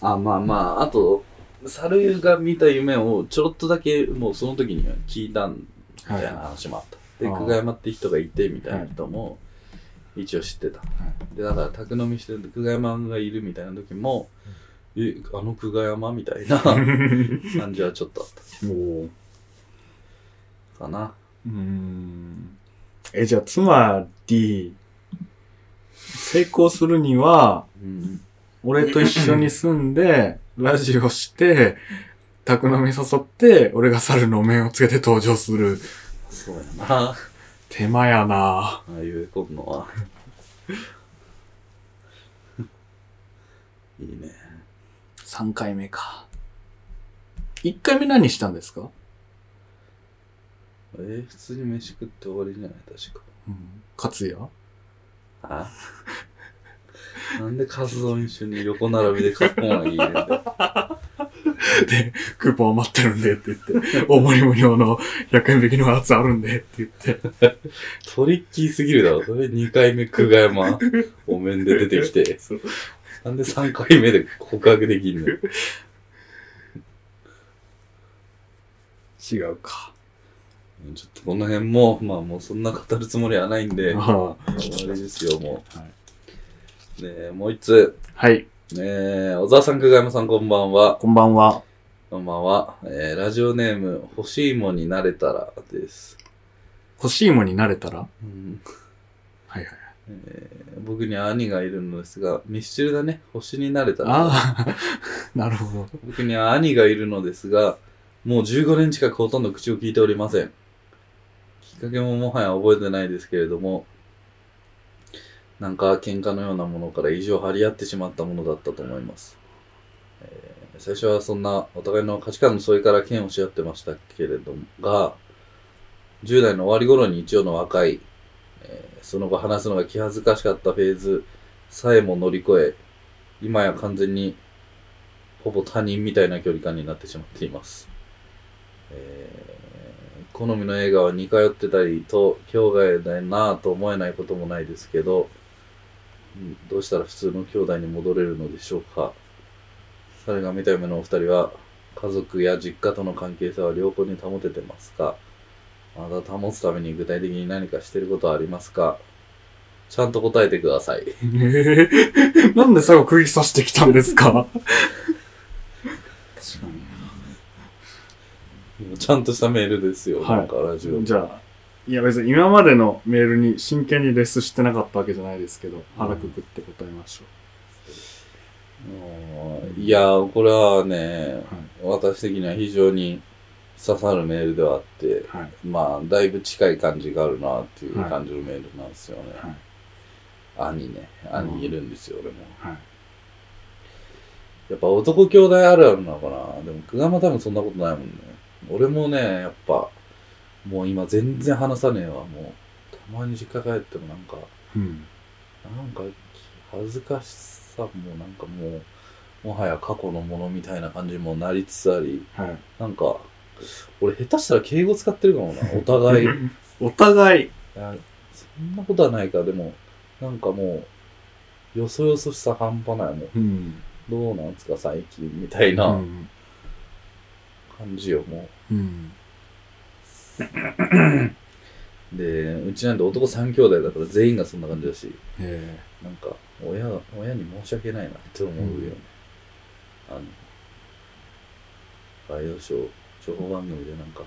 Speaker 1: あ、まあまあ、あと、猿が見た夢をちょろっとだけもうその時には聞いたんみ
Speaker 2: は
Speaker 1: た
Speaker 2: い
Speaker 1: いな話もあった。
Speaker 2: ああ
Speaker 1: で、久我山って人がいてみたいな人も一応知ってた。で、だから宅飲みしてる久我山がいるみたいな時も、え、あの久我山みた いな感じはちょっとあっ
Speaker 2: おー
Speaker 1: たかな。
Speaker 2: うーん。え、じゃあ、つまり、成功するには、
Speaker 1: うん。
Speaker 2: 俺と一緒に住ん で、ラジオして、宅飲み誘って、俺が猿の面をつけて登場する。
Speaker 1: そうやな。あ
Speaker 2: 手間やな
Speaker 1: あいうこんのは。 いいね。
Speaker 2: 3回目か。1回目何したんですか、
Speaker 1: えー普通に飯食って終わりじゃない確か。
Speaker 2: うん、勝也
Speaker 1: あなんでカツ丼一緒に横並びで買ってもらいいねんだよ
Speaker 2: で、クーポン余ってるんでって言って、 大盛り無料の100円引きのやつあるんでって言って。
Speaker 1: トリッキーすぎるだろ。それ2回目、久我山、お面で出てきて。
Speaker 2: そう
Speaker 1: なんで3回目で告白できんの
Speaker 2: 違うか。
Speaker 1: ちょっとこの辺も、まあもうそんな語るつもりはないんで、あ
Speaker 2: あ
Speaker 1: れですよ、も
Speaker 2: あは
Speaker 1: う。ねえ、もう一つ。
Speaker 2: い、はい、
Speaker 1: ねえ、小沢さん、久我山さん、こんばんは。
Speaker 2: こんばんは。
Speaker 1: こんばんは。えー、ラジオネーム、欲しいもんになれたらです。
Speaker 2: 欲しいもんになれたら
Speaker 1: うん
Speaker 2: はいはい。
Speaker 1: 僕には兄がいるのですが、ミスチルだね、星になれたら。
Speaker 2: ああ、 なるほど。
Speaker 1: 僕には兄がいるのですが、もう15年近くほとんど口を聞いておりません。きっかけももはや覚えてないですけれども、なんか喧嘩のようなものから異常張り合ってしまったものだったと思います。えー最初はそんなお互いの価値観の相違から剣をし合ってましたけれども、が、10代の終わり頃に一応の和解、えーその後話すのが気恥ずかしかったフェーズさえも乗り越え、今や完全にほぼ他人みたいな距離感になってしまっています。えー好みの映画は似通ってたりと、兄弟だなぁと思えないこともないですけど、うんどうしたら普通の兄弟に戻れるのでしょうか。彼が見た夢のお二人は、家族や実家との関係性は良好に保ててますかまた保つために具体的に何かしてることはありますかちゃんと答えてください。
Speaker 2: えーなんで最後釘刺してきたんですか確か
Speaker 1: ちゃんとしたメールですよ。
Speaker 2: はい
Speaker 1: なんかラジオ。
Speaker 2: じゃあ、いや別に今までのメールに真剣にレスしてなかったわけじゃないですけど、腹くくって答えましょ
Speaker 1: うんいやー、これはね、私的には非常に刺さるメールではあって、
Speaker 2: う。はい。
Speaker 1: まあ、だいぶ近い感じがあるなっていう感じのメールなんですよね。
Speaker 2: はい
Speaker 1: 兄ね、兄いるんですよ、俺も。
Speaker 2: はい。
Speaker 1: やっぱ男兄弟あるあるなのかな。でも、久我山多分そんなことないもんね。俺もね、やっぱ、もう今全然話さねえわ、もう。たまに実家帰ってもなんか、
Speaker 2: うん。
Speaker 1: なんか恥ずかしさもなんかもうもはや過去のものみたいな感じにもなりつつあり
Speaker 2: はい。
Speaker 1: なんか俺下手したら敬語使ってるかも なお互いいや。
Speaker 2: お互い。
Speaker 1: そんなことはないかでもなんかもうよそよそしさ半端ないもう
Speaker 2: うん。。
Speaker 1: どうなんすか最近みたいうなん感じよも
Speaker 2: うん。
Speaker 1: うでうちなんて男3兄弟だから全員がそんな感じだし
Speaker 2: え
Speaker 1: なんか親親に申し訳ないなって思うよね、あのワイドショー情報番組でなんか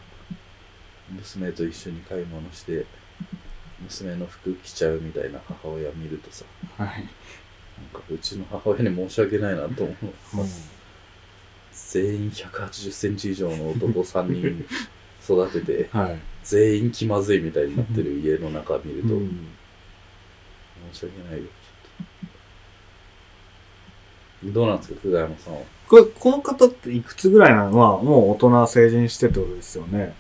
Speaker 1: 娘と一緒に買い物して娘の服着ちゃうみたいな母親見るとさ、
Speaker 2: はい。
Speaker 1: なんかうちの母親に申し訳ないなと思う。全員180センチ以上の男3人育てて、
Speaker 2: はい。
Speaker 1: 全員気まずいみたいになってる家の中見ると、申し訳ないよ、ちょっと。どうなんですか、久我山さんは。
Speaker 2: これ、この方っていくつぐらいなのは、もう大人成人してってことですよね。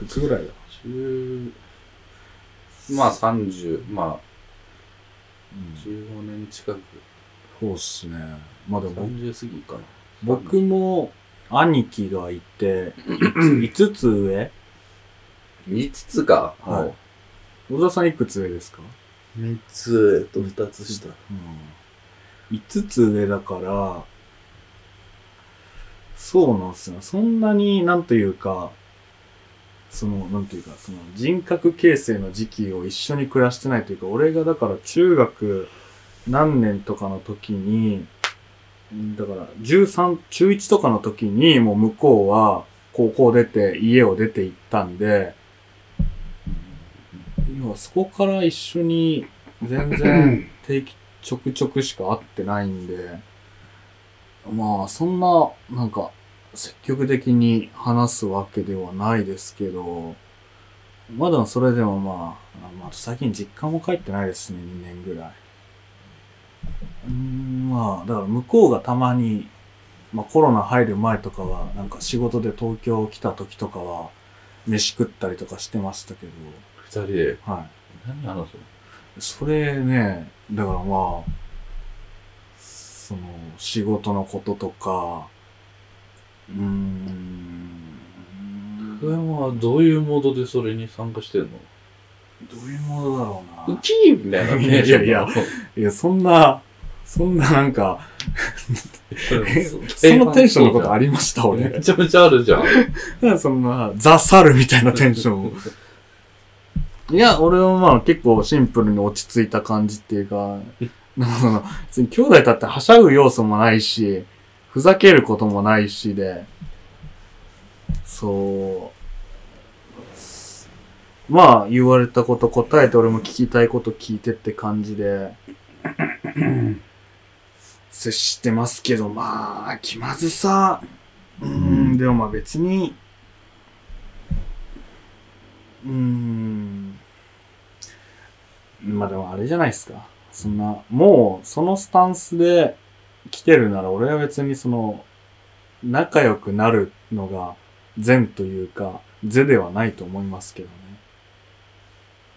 Speaker 2: いくつぐらいだ
Speaker 1: 10まあ30、まあ15年近く、
Speaker 2: そうっすね。まあでも、
Speaker 1: 30過ぎかな。
Speaker 2: 僕も兄貴がいて、5つ上
Speaker 1: 5つか。
Speaker 2: はい小田さんいくつ上ですか
Speaker 1: い。3つ、えっと、2つ下。
Speaker 2: うん。5つ上だから、そうなんすよ。そんなに、なんというか、その、なんというか、その人格形成の時期を一緒に暮らしてないというか、俺がだから中学何年とかの時に、うんだから13、中1とかの時にもう向こうは高校出て家を出て行ったんで、要はそこから一緒に全然定期ちょくちょくしか会ってないんで、まあそんななんか積極的に話すわけではないですけど、まだそれでもまあ、あまあ、最近実家も帰ってないですね、2年ぐらい。うーん、まあ、だから向こうがたまに、まあコロナ入る前とかは、なんか仕事で東京来た時とかは、飯食ったりとかしてましたけど、
Speaker 1: 2人で、
Speaker 2: はい。
Speaker 1: 何話すの
Speaker 2: それね、だからまあ、その、仕事のこととか、うーん、
Speaker 1: 久我
Speaker 2: ど
Speaker 1: 山はどういうモードでそれに参加してん
Speaker 2: ういうものだろう
Speaker 1: のウ
Speaker 2: な。
Speaker 1: キーみたいなね。
Speaker 2: いやいや いや、そんな、そんななんか、
Speaker 1: その、
Speaker 2: えそのテンションのことありました
Speaker 1: め
Speaker 2: 俺。
Speaker 1: ちゃめちゃあるじゃん。
Speaker 2: そんな、ザ・サルみたいな テンションを。いや、俺はまあ結構シンプルに落ち着いた感じっていうか、なんかその、別に兄弟だってはしゃぐ要素もないし、ふざけることもないしで、そう、まあ言われたこと答えて俺も聞きたいこと聞いてって感じで、 接してますけど、まあ、気まずさ、うん、でもまあ別に、うーん。まあでもあれじゃないですか。そんな、もうそのスタンスで来てるなら俺は別にその、仲良くなるのが善というか、是ではないと思いますけどね。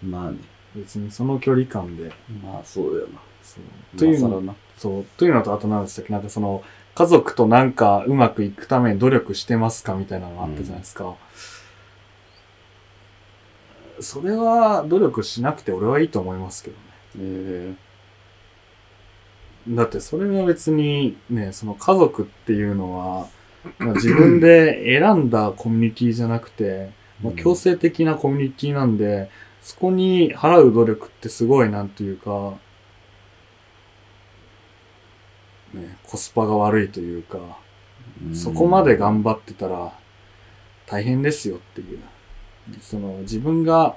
Speaker 1: まあね。
Speaker 2: 別にその距離感で。
Speaker 1: まあそうだよな。
Speaker 2: そうというの
Speaker 1: 今更な。
Speaker 2: そう。というのと、あと何でしたっけなんかその、家族となんかうまくいくために努力してますかみたいなのがあったじゃないですか。それは努力しなくて俺はいいと思いますけど
Speaker 1: えー
Speaker 2: ね。だってそれは別にね、その家族っていうのは、まあ、自分で選んだコミュニティじゃなくて、まあ、強制的なコミュニティなんで、そこに払う努力ってすごいなんていうか、ね、コスパが悪いというか、
Speaker 1: うん
Speaker 2: そこまで頑張ってたら大変ですよっていう。その自分が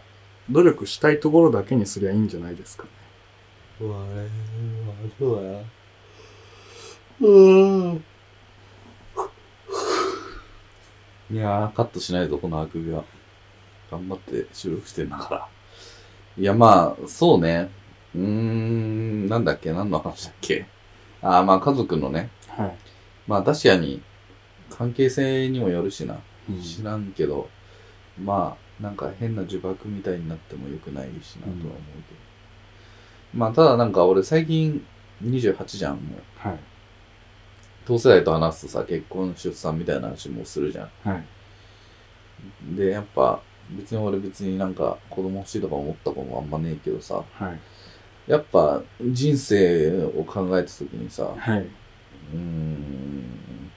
Speaker 2: 努力したいところだけにすりゃいいんじゃないですか。
Speaker 1: 我はそうや。うん。いやー、カットしないぞ、このあくびは。頑張って収録してんだから。いや、まあ、そうね。うーん、なんだっけ、何の話だっけ。あーまあ、家族のね。
Speaker 2: はい。
Speaker 1: まあ、確かに、関係性にもよるしな。
Speaker 2: うん
Speaker 1: 知らんけど、まあ、なんか変な呪縛みたいになっても良くないしなとは思うけど。まあ、ただなんか俺最近28じゃん、もう。
Speaker 2: はい。
Speaker 1: 同世代と話すとさ、結婚、出産みたいな話もするじゃ
Speaker 2: はい。
Speaker 1: ん。で、やっぱ、別に俺別になんか子供欲しいとか思ったこともあんまねえけどさ、
Speaker 2: はい。
Speaker 1: やっぱ人生を考えた時にさ、
Speaker 2: はい。
Speaker 1: うーん、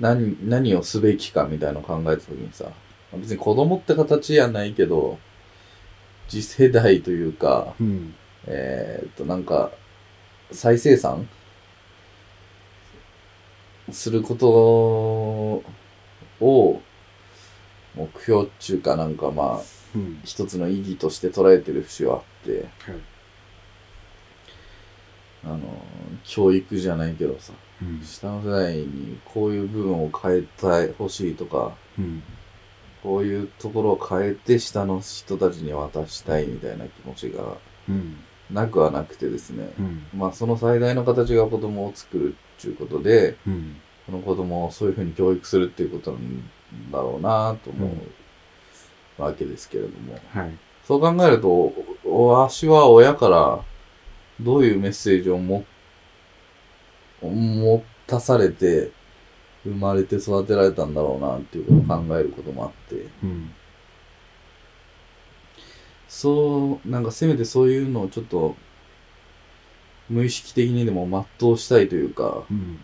Speaker 1: 何、何をすべきかみたいなのを考えたときにさ、別に子供って形やないけど、次世代というか、
Speaker 2: うん。
Speaker 1: えーっと、なんか、再生産することを、目標っちゅうかなんかまあ、
Speaker 2: うん。
Speaker 1: 一つの意義として捉えてる節はあって、あの、教育じゃないけどさ、
Speaker 2: うん。
Speaker 1: 下の世代にこういう部分を変えたい、欲しいとか、
Speaker 2: うん。
Speaker 1: こういうところを変えて下の人たちに渡したいみたいな気持ちが
Speaker 2: うん。
Speaker 1: なくはなくてですね。
Speaker 2: うん。
Speaker 1: まあその最大の形が子供を作るっていうことで、
Speaker 2: うん。
Speaker 1: この子供をそういうふうに教育するっていうことなんだろうなと思うわけですけれども。
Speaker 2: はい。
Speaker 1: そう考えると、おおわしは親からどういうメッセージをも、持たされて、生まれて育てられたんだろうなっていうことを考えることもあって、
Speaker 2: うん。
Speaker 1: そう、なんかせめてそういうのをちょっと、無意識的にでも全うしたいというか、
Speaker 2: うん。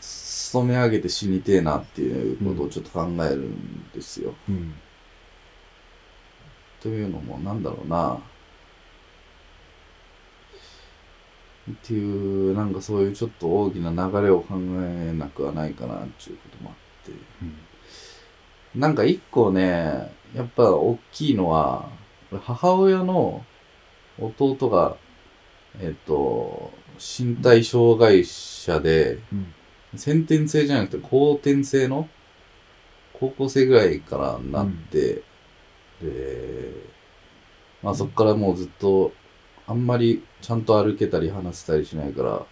Speaker 1: 勤め上げて死にてえなっていうことをちょっと考えるんですよ。
Speaker 2: うん。
Speaker 1: というのもなんだろうなっていうなんかそういうちょっと大きな流れを考えなくはないかなっていうこともあってなんか一個ねやっぱ大きいのは俺母親の弟がえっと身体障害者で
Speaker 2: うん。
Speaker 1: 先天性じゃなくて後天性の高校生ぐらいからなって、で、まあそこからもうずっとあんまりちゃんと歩けたり話せたりしないから、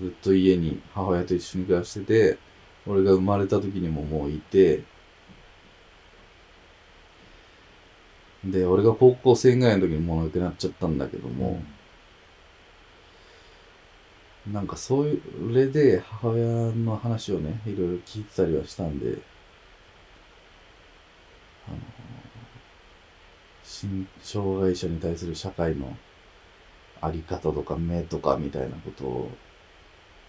Speaker 1: ずっと家に母親と一緒に暮らしてて、俺が生まれた時にももういて、で、俺が高校生ぐらいの時にもう亡くなっちゃったんだけども、なんかそういう、それで母親の話をね、いろいろ聞いてたりはしたんで、あの、身障害者に対する社会のあり方とか目とかみたいなことを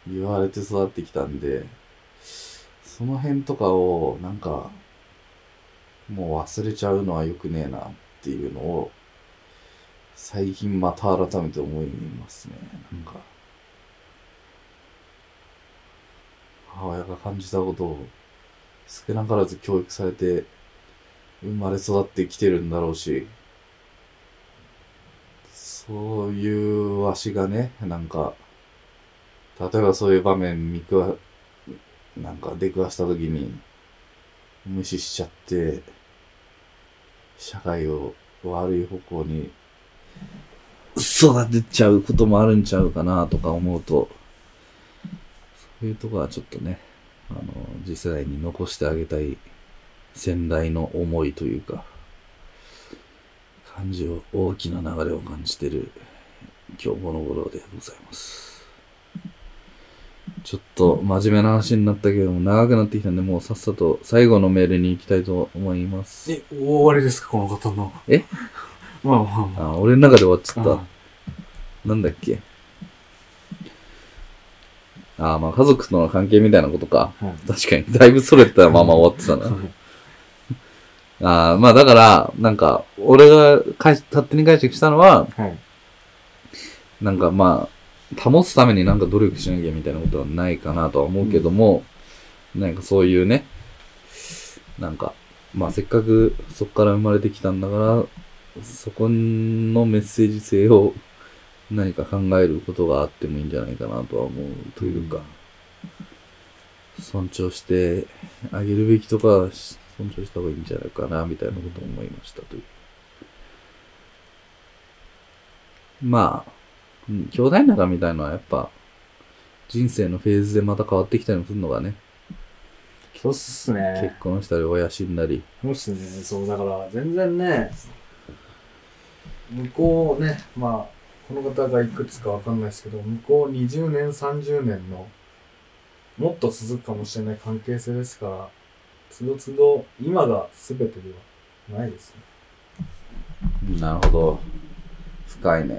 Speaker 1: 言われて育ってきたんで、その辺とかをなんか、もう忘れちゃうのは良くねえなっていうのを、最近また改めて思いますね。なんか、母親が感じたことを少なからず教育されて生まれ育ってきてるんだろうしそういうわしがねなんか例えばそういう場面見くわなんか出くわした時に無視しちゃって社会を悪い方向に育てちゃうこともあるんちゃうかなとか思うとそういうとこはちょっとね、あの、次世代に残してあげたい先代の思いというか、感じを、大きな流れを感じてる今日この頃でございます。ちょっと真面目な話になったけども、長くなってきたんで、もうさっさと最後のメールに行きたいと思います。
Speaker 2: え、終わりですかこの方の。
Speaker 1: え
Speaker 2: まあまあまあ。
Speaker 1: あ、俺の中で終わっちゃった。
Speaker 2: あ
Speaker 1: なんだっけ。あまあ家族との関係みたいなことか。
Speaker 2: あはい
Speaker 1: 確かに、だいぶそれたまま終わってたな。あーまあだから、なんか、俺が解し勝手に解釈したのは、
Speaker 2: はい。
Speaker 1: なんかまあ、保つためになんか努力しなきゃみたいなことはないかなとは思うけども、なんかそういうね、なんか、まあせっかくそこから生まれてきたんだから、そこのメッセージ性を何か考えることがあってもいいんじゃないかなとは思うというか、尊重してあげるべきとか、し尊重した方がいいんじゃないかな、みたいなことを思いましたという。まあ、うん兄弟仲みたいのはやっぱ、人生のフェーズでまた変わってきたりもするのがね、
Speaker 2: そうっす
Speaker 1: 結
Speaker 2: ね。
Speaker 1: 婚したり親死んだり、
Speaker 2: そうっすね。そう、だから、全然ね、向こうね、まあ、この方がいくつかわかんないですけど、向こう20年、30年の、もっと続くかもしれない関係性ですから、つどつど、今が全てではないですね。
Speaker 1: なるほど。深いね。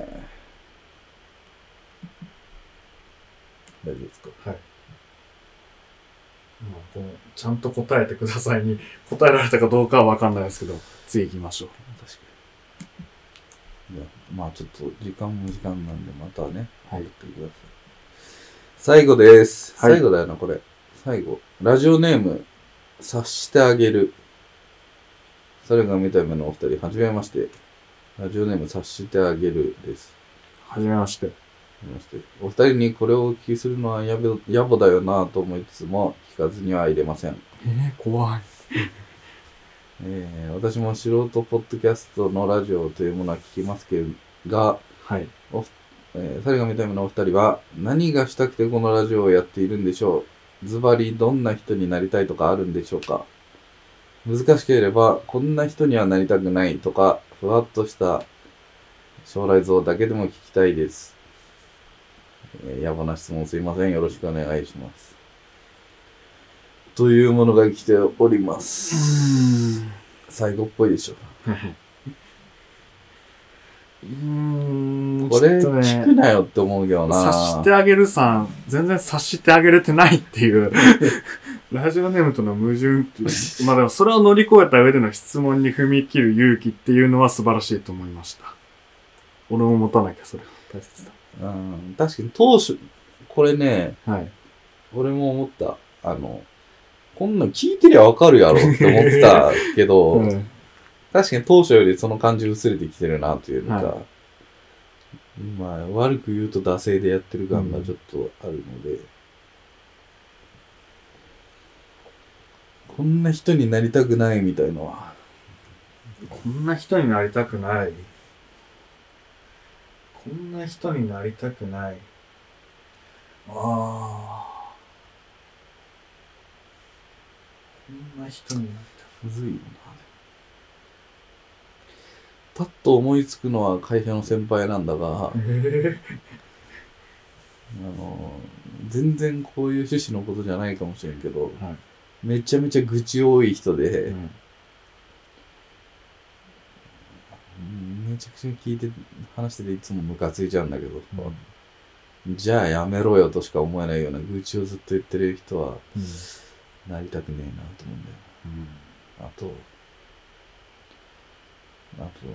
Speaker 1: 大丈夫ですか
Speaker 2: はい。まあ、このちゃんと答えてくださいに、 答えられたかどうかはわかんないですけど、次行きましょう。
Speaker 1: 確かに。じゃあまあちょっと時間も時間なんで、またね、
Speaker 2: はい
Speaker 1: 送ってください。最後です。
Speaker 2: はい
Speaker 1: 最後だよな、これ。最後。ラジオネーム、察してあげる。猿が見た目のお二人、はじめまして。ラジオネーム察してあげるです。
Speaker 2: はじめまして。
Speaker 1: はじめましてお二人にこれをお聞きするのはやぼやぼだよなぁと思いつつも、聞かずには入れません。
Speaker 2: えー、怖い。
Speaker 1: えー私も素人ポッドキャストのラジオというものは聞きますけれどが、
Speaker 2: はい。
Speaker 1: えー、猿が見た目のお二人は何がしたくてこのラジオをやっているんでしょうズバリどんな人になりたいとかあるんでしょうか難しければこんな人にはなりたくないとかふわっとした将来像だけでも聞きたいです、えー、野暮な質問すいませんよろしくお願いしますというものが来ております最後っぽいでしょ
Speaker 2: うーん。
Speaker 1: これ
Speaker 2: ちょっと
Speaker 1: 聞く
Speaker 2: ね、
Speaker 1: なよって思うけどな
Speaker 2: 察してあげるさん、全然察してあげれてないっていう、 ラジオネームとの矛盾っていう、まあでもそれを乗り越えた上での質問に踏み切る勇気っていうのは素晴らしいと思いました。俺も持たなきゃ、それは大切
Speaker 1: うん、確かに当初、これね、
Speaker 2: だ。はい。
Speaker 1: 俺も思った。あの、こんなん聞いてりゃわかるやろって思ってたけど、
Speaker 2: うん
Speaker 1: 確かに当初よりその感じ薄れてきてるなというか、
Speaker 2: は
Speaker 1: まあ、悪く言うと惰性でやってる感がちょっとあるので、こんな人になりたくないみたいのは、
Speaker 2: こんな人になりたくない。こんな人になりたくない。ああ。こんな人になり
Speaker 1: むずいよな。パッと思いつくのは会社の先輩なんだが
Speaker 2: た、くない。
Speaker 1: あの全然こういう趣旨のことじゃないかもしれんけど、
Speaker 2: はい
Speaker 1: めちゃめちゃ愚痴多い人で、
Speaker 2: え
Speaker 1: うんめちゃくちゃ聞いて話してていつもムカついちゃうんだけど、じゃあやめろよとしか思えないような愚痴をずっと言ってる人はなりたくねえなと思うんだよなあとあと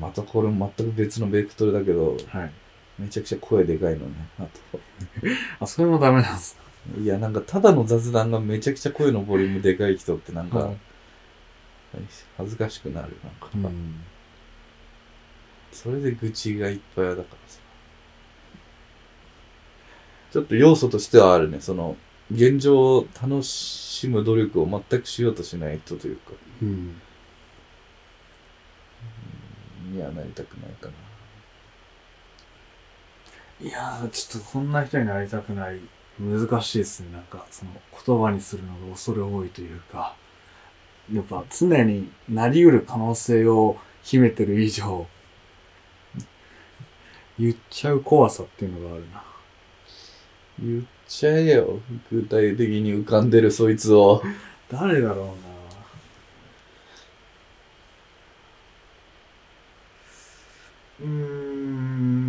Speaker 1: またこれ全く別のベクトルだけど
Speaker 2: はい。
Speaker 1: めちゃくちゃ声でかいのねあと
Speaker 2: あ、それもダメなんです
Speaker 1: いやなんかただの雑談がめちゃくちゃ声のボリュームでかい人ってなんか、
Speaker 2: か。
Speaker 1: 恥ずかしくなるなんか、
Speaker 2: うん
Speaker 1: それで愚痴がいっぱいだからさちょっと要素としてはあるねその現状を楽しむ努力を全くしようとしない人というか
Speaker 2: うん。
Speaker 1: にはなりたくないかない
Speaker 2: やー、ちょっとこんな人になりたくない。難しいですね。なんか、その言葉にするのが恐れ多いというか、やっぱ常になり得る可能性を秘めてる以上、言っちゃう怖さっていうのがあるな。
Speaker 1: 言っちゃえよ具体的に浮かんでるそいつを
Speaker 2: 誰だろうな。うーん。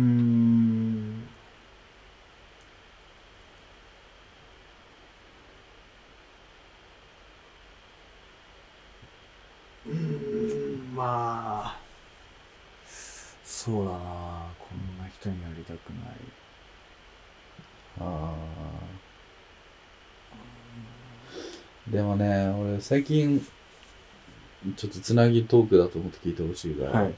Speaker 2: うーんまあそうだなこんな人になりたくない
Speaker 1: あーでもね俺最近ちょっとつなぎトークだと思って聞いてほしいが、
Speaker 2: はい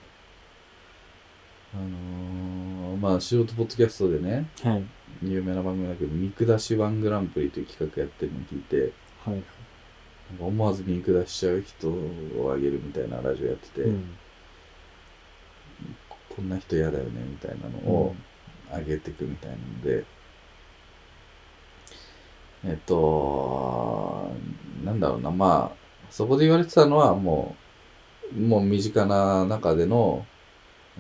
Speaker 1: あのー、まあ素人ポッドキャストでね
Speaker 2: はい
Speaker 1: 有名な番組だけど「見下しワングランプリ」という企画やってるのを聞いて
Speaker 2: はい
Speaker 1: なんか思わず見下しちゃう人をあげるみたいなラジオやってて、
Speaker 2: うん
Speaker 1: こんな人嫌だよねみたいなのをあげてくみたいなので、えっとなんだろうなまあそこで言われてたのはもうもう身近な中での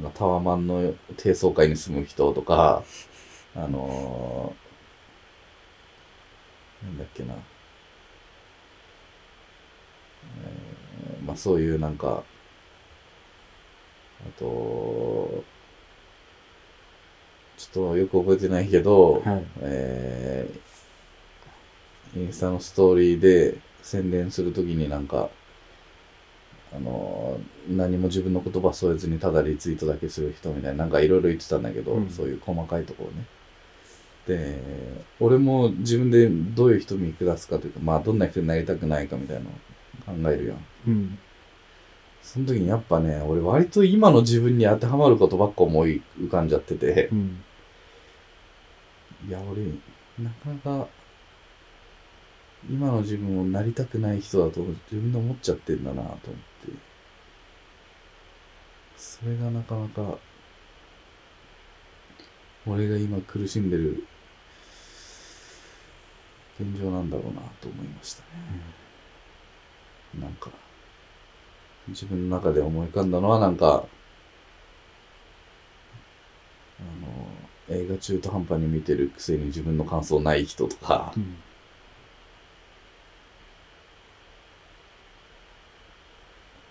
Speaker 1: なんかタワマンの低層階に住む人とかあのなんだっけな、えーまあそういうなんかあと、ちょっとよく覚えてないけど、
Speaker 2: はい
Speaker 1: えーインスタのストーリーで宣伝するときになんか、あのー何も自分の言葉添えずにただリツイートだけする人みたいな、なんかいろいろ言ってたんだけど、
Speaker 2: うん
Speaker 1: そういう細かいところね。で、俺も自分でどういう人見下すかというか、まあどんな人になりたくないかみたいなのを考えるやん。
Speaker 2: うん
Speaker 1: その時にやっぱね、俺割と今の自分に当てはまることばっか思い浮かんじゃってて、
Speaker 2: うん。
Speaker 1: いや、俺、なかなか、今の自分をなりたくない人だと自分で思っちゃってんだなと思って。それがなかなか、俺が今苦しんでる現状なんだろうなと思いましたね。なんか、自分の中で思い浮かんだのはなんか、あの、映画中途半端に見てるくせに自分の感想ない人とか
Speaker 2: う、ん。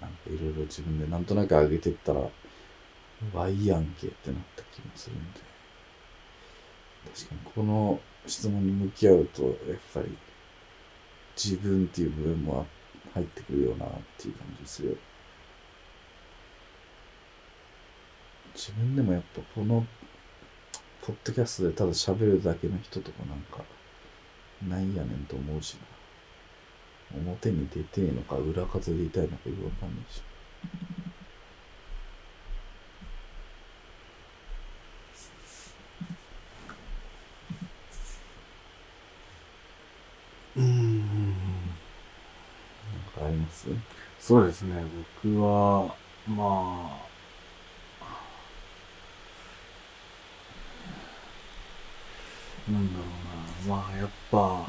Speaker 1: なんかいろいろ自分でなんとなく上げてったら、わいやんけってなった気もするんで。確かにこの質問に向き合うと、やっぱり、自分っていう部分も入ってくるよなっていう感じでするよ。自分でもやっぱこの、ポッドキャストでただ喋るだけの人とかなんか、ないやねんと思うしな。表に出てえのか裏風で言いたいのかよくわかんないし。
Speaker 2: うん。
Speaker 1: なんかあります
Speaker 2: そうですね、僕は、まあ、なんだろうな、まあやっぱ、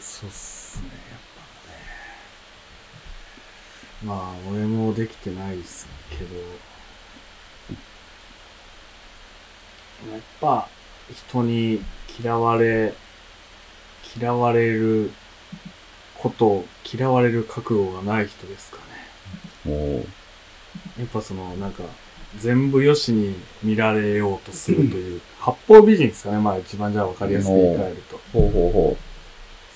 Speaker 2: そうっすね、やっぱね。まあ、俺もできてないっすけど、やっぱ、人に嫌われ、嫌われること、嫌われる覚悟がない人ですかね。
Speaker 1: もう、
Speaker 2: やっぱその、なんか、全部良しに見られようとするという、八方美人ですかね、まあ一番じゃあ分かりやすく言い換えると。
Speaker 1: ほうほうほ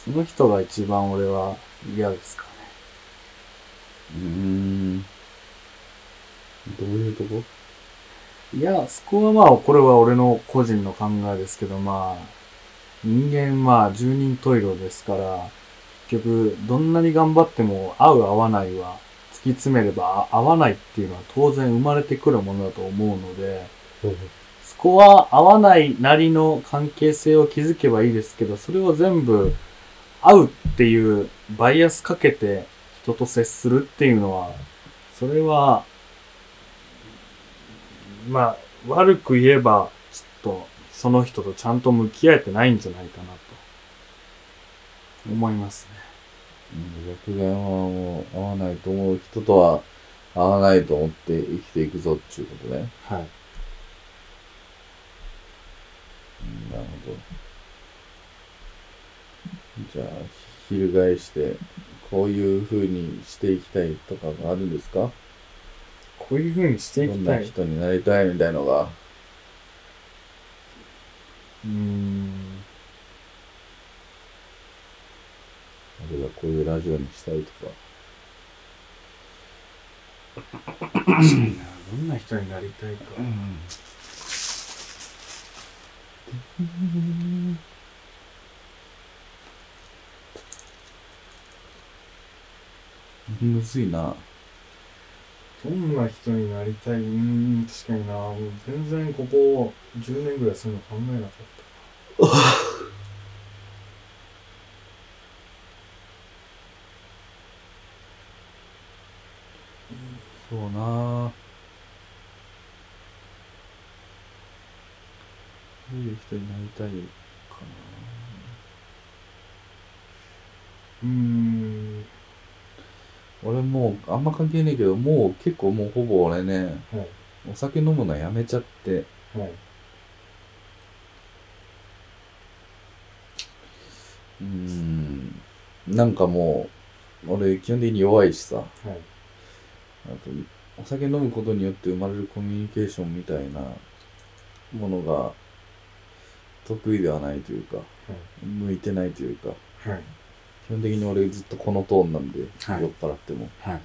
Speaker 2: その人が一番俺は嫌ですかね。
Speaker 1: う。うーん。どういうとこ
Speaker 2: いや、そこはまあ、これは俺の個人の考えですけど、まあ、人間は十人十色ですから、結局、どんなに頑張っても合う合わないは、突き詰めればあ合わないっていうのは当然生まれてくるものだと思うので、そこは合わないなりの関係性を築けばいいですけど、それを全部合うっていうバイアスかけて人と接するっていうのは、それは、まあ、悪く言えば、ちょっとその人とちゃんと向き合えてないんじゃないかなと、思いますね。
Speaker 1: うん逆言はもう合わないと思う人とは合わないと思って生きていくぞっていうことね。
Speaker 2: はい。
Speaker 1: うんなるほど。じゃあ、翻して、こういう風にしていきたいとかがあるんですか
Speaker 2: こういう風にして
Speaker 1: ど
Speaker 2: いき
Speaker 1: ん
Speaker 2: た。
Speaker 1: ない人になりたいみたいのが。
Speaker 2: うーん。
Speaker 1: 俺がこういうラジオにしたいとか。
Speaker 2: 確かになどんな人になりたいか。
Speaker 1: むずいな。
Speaker 2: どんな人になりたい、うーん、確かにな、もう全然ここ10年ぐらいそういうの考えなかっ
Speaker 1: そうなどういう人になりたいか
Speaker 2: た。うーん、
Speaker 1: な俺もう、あんま関係ねえけど、もう結構もうほぼ俺ね、
Speaker 2: はい、
Speaker 1: お酒飲むのやめちゃって、
Speaker 2: はい。
Speaker 1: うーん、なんかもう、俺基本的に弱いしさ、
Speaker 2: はい。
Speaker 1: あと、お酒飲むことによって生まれるコミュニケーションみたいなものが得意ではないというか、向いてないというか、
Speaker 2: はい。
Speaker 1: 基本的に俺ずっとこのトーンなんで、
Speaker 2: はい
Speaker 1: 酔っ払っても。
Speaker 2: はい。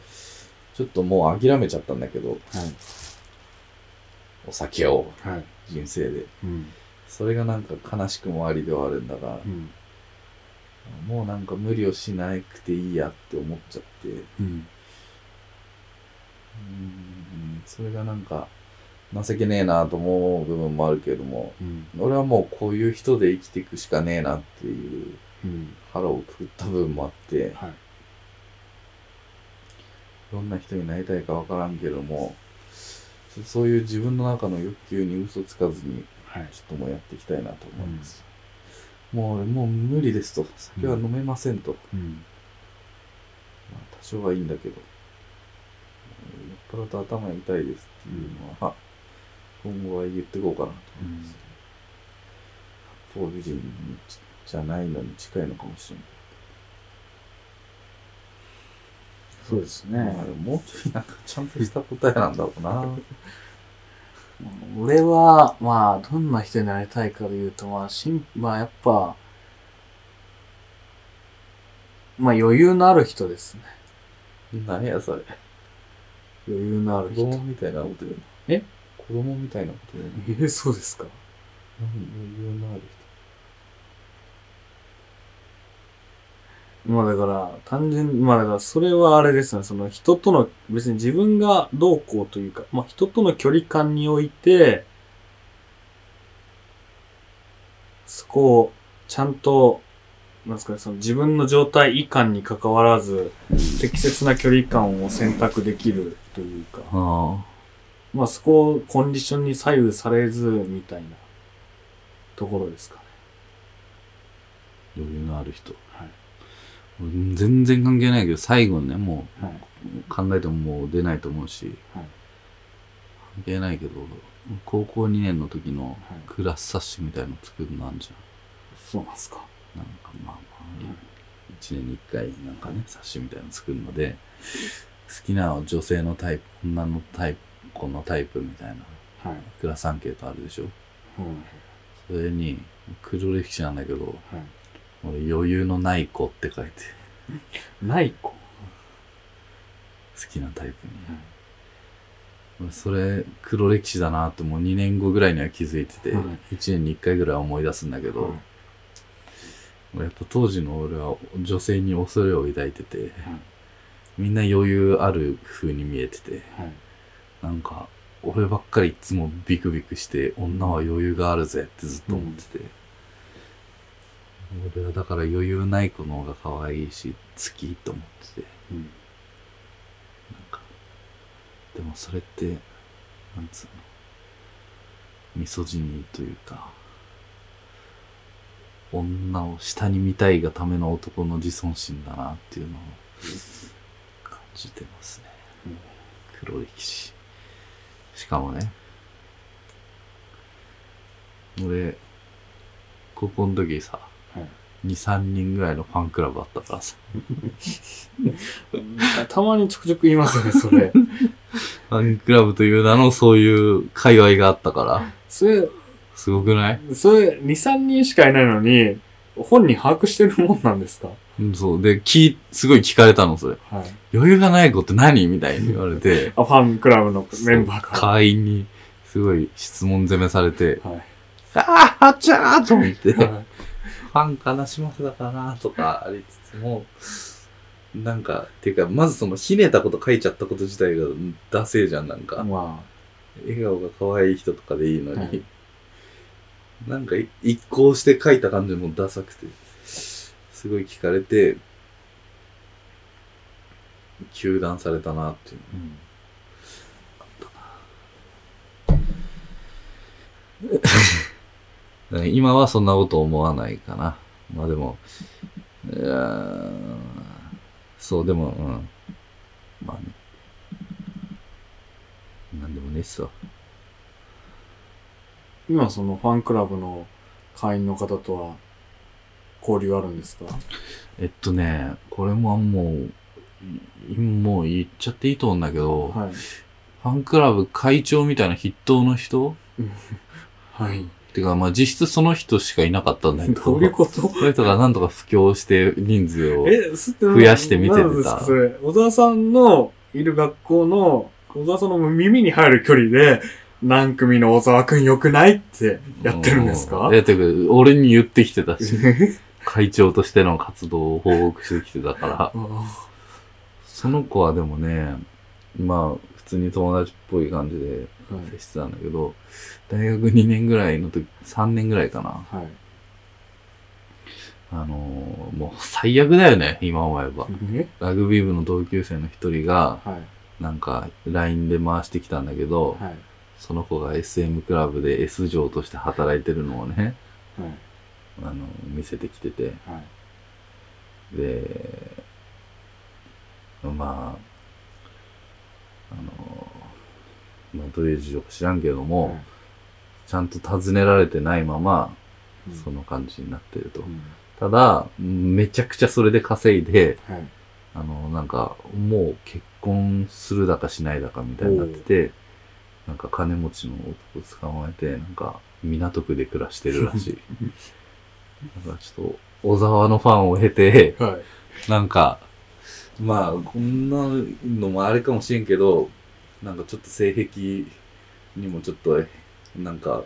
Speaker 1: ちょっともう諦めちゃったんだけど、
Speaker 2: はい。
Speaker 1: お酒を、
Speaker 2: はい。
Speaker 1: 人生で。
Speaker 2: うん。
Speaker 1: それがなんか悲しくもありではあるんだが、
Speaker 2: うん。
Speaker 1: あもうなんか無理をしなくていいやって思っちゃって、う
Speaker 2: うん。
Speaker 1: ん、それがなんか情けねえなと思う部分もあるけれども、
Speaker 2: うん。
Speaker 1: 俺はもうこういう人で生きていくしかねえなっていう
Speaker 2: うん。
Speaker 1: 腹をくくった部分もあって、
Speaker 2: はい。
Speaker 1: どんな人になりたいかわからんけれども、ちょっとそういう自分の中の欲求に嘘つかずに、
Speaker 2: はい。
Speaker 1: ちょっともうやっていきたいなと思います。もう俺もう無理ですと。酒は飲めませんと。
Speaker 2: うん。
Speaker 1: まあ多少はいいんだけど。酔っ払うと頭痛いですっていうのは、今後は言ってこうかなと思います。八方美人にちじゃないのに近いのかもしれない。
Speaker 2: そうですね
Speaker 1: まあ、。でももうちょいなんかちゃんとした答えなんだろうな。
Speaker 2: 俺は、まあ、どんな人になりたいかで言うと、まあ、しん、まあ、やっぱ、まあ、余裕のある人ですね。
Speaker 1: 何やそれ。
Speaker 2: 余裕のある
Speaker 1: 子
Speaker 2: 人。
Speaker 1: 供みたいなこと言うの。
Speaker 2: え
Speaker 1: 子供みたいなこと言うの。
Speaker 2: えーそうですか
Speaker 1: 何余裕のある
Speaker 2: まあだから、単純に、まあだから、それはあれですね、その人との、別に自分がどうこうというか、まあ人との距離感において、そこをちゃんと、なんですかね、その自分の状態以下に関わらず、適切な距離感を選択できるというか、
Speaker 1: 人。は
Speaker 2: まあそこをコンディションに左右されず、みたいなところですかね。
Speaker 1: あ。余裕のある人。
Speaker 2: はい。
Speaker 1: うん全然関係ないけど、最後ね、も
Speaker 2: はい。
Speaker 1: う考えてももう出ないと思うし、
Speaker 2: はい。
Speaker 1: 関係ないけど、高校2年の時の
Speaker 2: はい。
Speaker 1: クラス冊子みたいの作るのあんじ
Speaker 2: そうなんですか。
Speaker 1: ゃん。なんかまあまあ、1年に1回なんかね、冊子みたいの作るので、好きな女性のタイプ、女のタイプ、子のタイプみたいな、
Speaker 2: はい。
Speaker 1: クラスアンケートあるでしょ。
Speaker 2: うん。
Speaker 1: それに、黒歴史なんだけど、
Speaker 2: はい。
Speaker 1: 俺余裕のない子って書いて、
Speaker 2: ない子。
Speaker 1: 好きなタイプに。俺それ黒歴史だなってもう2年後ぐらいには気づいてて、
Speaker 2: はい
Speaker 1: 1年に1回ぐらいは思い出すんだけど、やっぱ当時の俺は女性に恐れを抱いてて、みんな余裕ある風に見えてて
Speaker 2: はい。
Speaker 1: なんか俺ばっかりいつもビクビクして女は余裕があるぜってずっと思ってて、俺はだから余裕ない子の方が可愛いし好きと思ってて
Speaker 2: うん。
Speaker 1: なんか、でもそれって、なんつうの、ミソジニーというか、女を下に見たいがための男の自尊心だなっていうのを感じてますね
Speaker 2: うん。
Speaker 1: 黒歴史。しかもね、俺、高校の時さ、
Speaker 2: はい
Speaker 1: 2、3人ぐらいのファンクラブあったからさ、
Speaker 2: たまにちょくちょく言いますよね、それ。
Speaker 1: ファンクラブという名のそういう界隈があったから、
Speaker 2: それ、
Speaker 1: すごくない
Speaker 2: それ、2、3人しかいないのに、本人把握してるもんなんですか
Speaker 1: うんそう。で、き、すごい聞かれたの、それ。
Speaker 2: はい。、
Speaker 1: 余裕がない子って何みたいに言われて
Speaker 2: あ、ファンクラブの メンバーか
Speaker 1: 会員に、すごい質問攻めされて、
Speaker 2: ら。はい。
Speaker 1: ああ、あっちゃーと思って、フ
Speaker 2: はい
Speaker 1: ァン悲しませたかなとかありつつも、なんか、ていうか、まずその、ひねったこと書いちゃったこと自体が、ダセえじゃん、なんか。
Speaker 2: ま
Speaker 1: 笑顔が可愛い人とかでいいのに、
Speaker 2: はい
Speaker 1: なんかい一行して書いた感じもダサくて、すごい聞かれて、糾弾されたなっていう
Speaker 2: あ、うん。
Speaker 1: だから今はそんなこと思わないかな。まあでも、うーんそう、でも、うん。まあね。なんでもねえっすわ。
Speaker 2: 今、そのファンクラブの会員の方とは、交流あるんですか
Speaker 1: えっとね、これももう、いもう言っちゃっていいと思うんだけど、
Speaker 2: はい。
Speaker 1: ファンクラブ会長みたいな筆頭の人
Speaker 2: はい。
Speaker 1: てか、まあ実質その人しかいなかったんだけど、
Speaker 2: どういうこと
Speaker 1: それとかなんとか布教して人数を。
Speaker 2: え、すって
Speaker 1: 増やして見ててた
Speaker 2: なんですかそれ。小沢さんのいる学校の、小沢さんの耳に入る距離で、何組の小沢くん良くないってやってるんですか
Speaker 1: うやってくる。俺に言ってきてたし。
Speaker 2: え
Speaker 1: 会長としての活動を報告してきてたから、その子はでもね、まあ、普通に友達っぽい感じで接してたんだけど、大学2年ぐらいの時、3年ぐらいかな。
Speaker 2: はい。
Speaker 1: あのーもう最悪だよね、今思えば。
Speaker 2: ね
Speaker 1: ラグビー部の同級生の一人が、
Speaker 2: はい。
Speaker 1: なんか、LINE で回してきたんだけど、
Speaker 2: はい。
Speaker 1: その子が SM クラブで S 嬢として働いてるのをね、
Speaker 2: はい。
Speaker 1: あの、見せてきてて。
Speaker 2: はい。
Speaker 1: で、まあ、あの、まあ、どういう事情か知らんけども、
Speaker 2: はい
Speaker 1: ちゃんと尋ねられてないまま、
Speaker 2: うん
Speaker 1: その感じになってると
Speaker 2: う。ん
Speaker 1: ただ、めちゃくちゃそれで稼いで、
Speaker 2: はい。
Speaker 1: あの、なんか、もう結婚するだかしないだかみたいになってて、なんか金持ちの男捕まえて、なんか港区で暮らしてるらしい。 なんかちょっと、小沢のファンを経て、
Speaker 2: はい。
Speaker 1: なんか、まあ、こんなのもあれかもしれんけど、なんかちょっと性癖にもちょっと、なんか、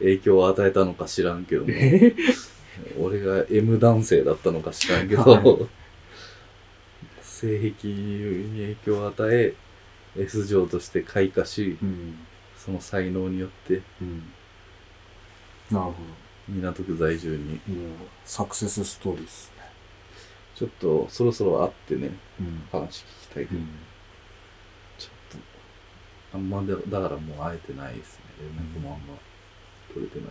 Speaker 1: 影響を与えたのか知らんけども、
Speaker 2: え
Speaker 1: 俺が M 男性だったのか知らんけど、
Speaker 2: はい
Speaker 1: 性癖に影響を与え S 嬢として開花し
Speaker 2: うん。
Speaker 1: その才能によって
Speaker 2: うん。なるほ
Speaker 1: 港区在住に
Speaker 2: ど。もう、サクセスストーリーですね。
Speaker 1: ちょっとそろそろ会ってね
Speaker 2: うん。
Speaker 1: 話聞きたいけど、
Speaker 2: うん。
Speaker 1: ちょっとあんまでだからもう会えてないですね連絡もあんま取れてない、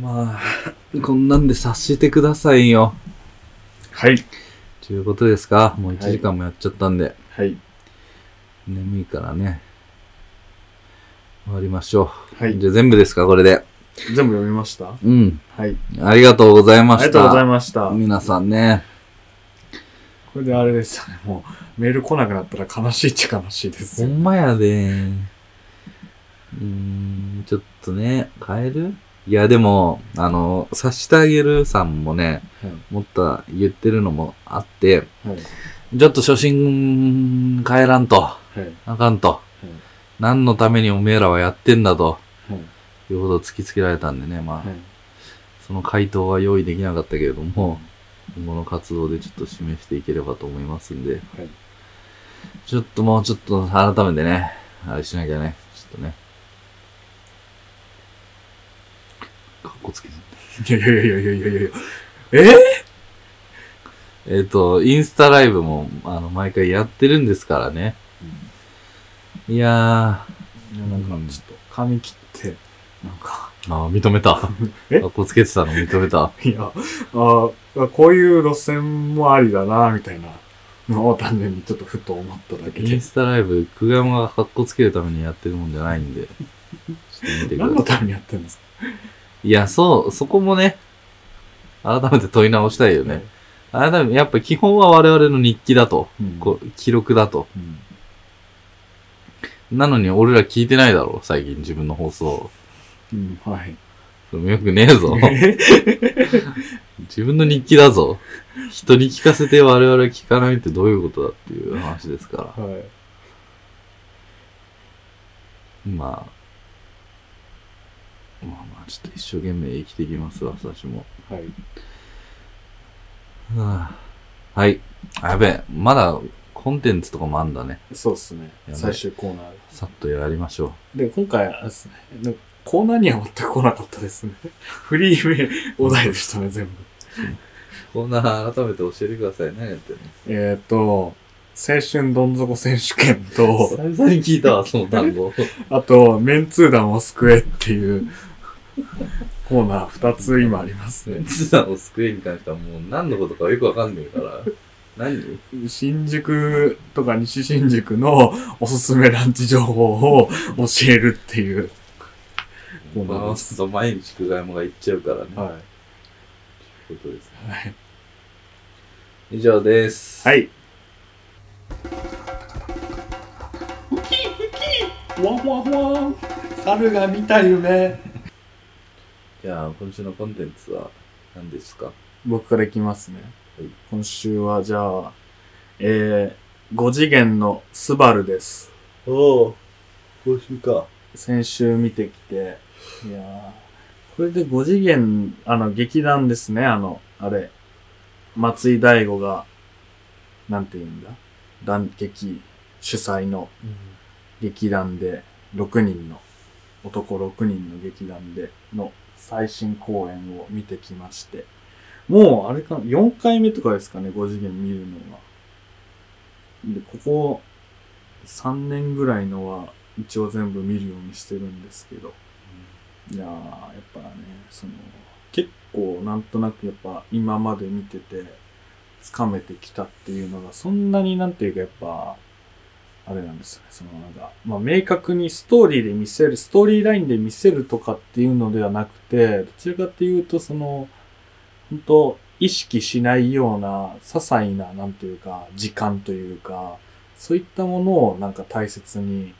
Speaker 1: まあ、こんなんで察してくださいよ。
Speaker 2: はい。
Speaker 1: ということですかもう1時間もやっちゃったんで、
Speaker 2: はい。
Speaker 1: 眠いからね。終わりましょう。
Speaker 2: はい
Speaker 1: じゃあ全部ですかこれで。
Speaker 2: 全部読みました
Speaker 1: うん。
Speaker 2: はい。
Speaker 1: ありがとうござい
Speaker 2: あ
Speaker 1: ま
Speaker 2: り
Speaker 1: し
Speaker 2: がとうござい
Speaker 1: た。
Speaker 2: ました。
Speaker 1: 皆さんね。
Speaker 2: これであれですよね。もう、メール来なくなったら悲しいっちゃ悲しいで
Speaker 1: ほ
Speaker 2: す。
Speaker 1: んまやで。うーん、ちょっとね、変えるいや、でも、あの、察してあげるさんもね、
Speaker 2: はい
Speaker 1: もっと言ってるのもあって、
Speaker 2: はい。
Speaker 1: ちょっと初心変えらんと、
Speaker 2: はい。
Speaker 1: あかんと、何のためにおめえらはやってんだと、
Speaker 2: はい。
Speaker 1: いうことを突きつけられたんでね、まあ、
Speaker 2: はい。
Speaker 1: その回答は用意できなかったけれども、今後の活動でちょっと示していければと思いますんで、
Speaker 2: はい。
Speaker 1: ちょっともうちょっと改めてね、あれしなきゃね、ちょっとね。かっこつけちゃっ
Speaker 2: いやいやいやいやいやいやいや。え
Speaker 1: たえっ、と、インスタライブも、あの、毎回やってるんですからね。いや
Speaker 2: ー、なんかちょっと髪切って、なんか、
Speaker 1: ー、あー認めた。か
Speaker 2: え
Speaker 1: っこつけてたの認めた。
Speaker 2: いや、あーこういう路線もありだな、みたいなのを単純にちょっとふと思っただけ
Speaker 1: イン
Speaker 2: で。
Speaker 1: スタライブ、久我山がかっこつけるためにやってるもんじゃないんで、ちょっと見てくださ
Speaker 2: 何
Speaker 1: い
Speaker 2: の。ためにやってるんですか
Speaker 1: いや、そう、そこもね、改めて問い直したいよね。改めて、やっぱ基本は我々の日記だと。
Speaker 2: うん。
Speaker 1: こう記録だと。
Speaker 2: うん。
Speaker 1: なのに俺ら聞いてないだろ、最近自分の放送。
Speaker 2: うん、はい。
Speaker 1: でもよくねえ ぞ。自分の日記だぞ。人に聞かせて我々聞かないってどういうことだっていう 話ですか
Speaker 2: はい。
Speaker 1: ら。まあ、まあまあ、ちょっと一生懸命生きてきますわ、私も。
Speaker 2: はい。
Speaker 1: はあはい。あやべえ、まだコンテンツとかもあんだね。
Speaker 2: そうですね。
Speaker 1: やばい
Speaker 2: 最終コーナー。
Speaker 1: さっとやりましょう。
Speaker 2: で、今回はですね、なんかコーナーには全く来なかったですね。 フリーメール、お題でしたね、全部。
Speaker 1: こんな改めて教えてください。何やってる
Speaker 2: えっ、ー、と、青春どん底選手権
Speaker 1: の
Speaker 2: と
Speaker 1: 久、々に聞いたわ、その単 語。
Speaker 2: あと、メンツー団を救えっていうコーナー二つ今ありますね。
Speaker 1: ツナを救えに関してはもう何のことかよくわかんないから。何
Speaker 2: 新宿とか西新宿のおすすめランチ情報を教えるっていう。こうなりま
Speaker 1: 回すと毎日久我山が行っちゃうからね。
Speaker 2: は
Speaker 1: ということですね。
Speaker 2: い。はい。
Speaker 1: 以上です。。
Speaker 2: はいい。わんわんわん。猿が見た夢。
Speaker 1: じゃあ、今週のコンテンツは何ですか
Speaker 2: 僕からいきますね。
Speaker 1: はい
Speaker 2: 今週はじゃあ、えー、5次元のスバルです。
Speaker 1: おお、今週か。
Speaker 2: 先週見てきて、いやーこれで5次元、あの、劇団ですね、あの、あれ、松井大吾が、なんて言うんだ、団劇主催の劇団で、6人の、男6人の劇団での最新公演を見てきまして、もうあれかな、4回目とかですかね、5次元見るのは。で、ここ3年ぐらいのは一応全部見るようにしてるんですけど、いやー、やっぱね、その、結構なんとなくやっぱ今まで見てて、つかめてきたっていうのが、そんなになんていうかやっぱ、あれなんですよね。そのなんか、まあ明確にストーリーで見せる、ストーリーラインで見せるとかっていうのではなくて、どちらかっていうとその、本当意識しないような、些細な、なんていうか、時間というか、そういったものをなんか大切に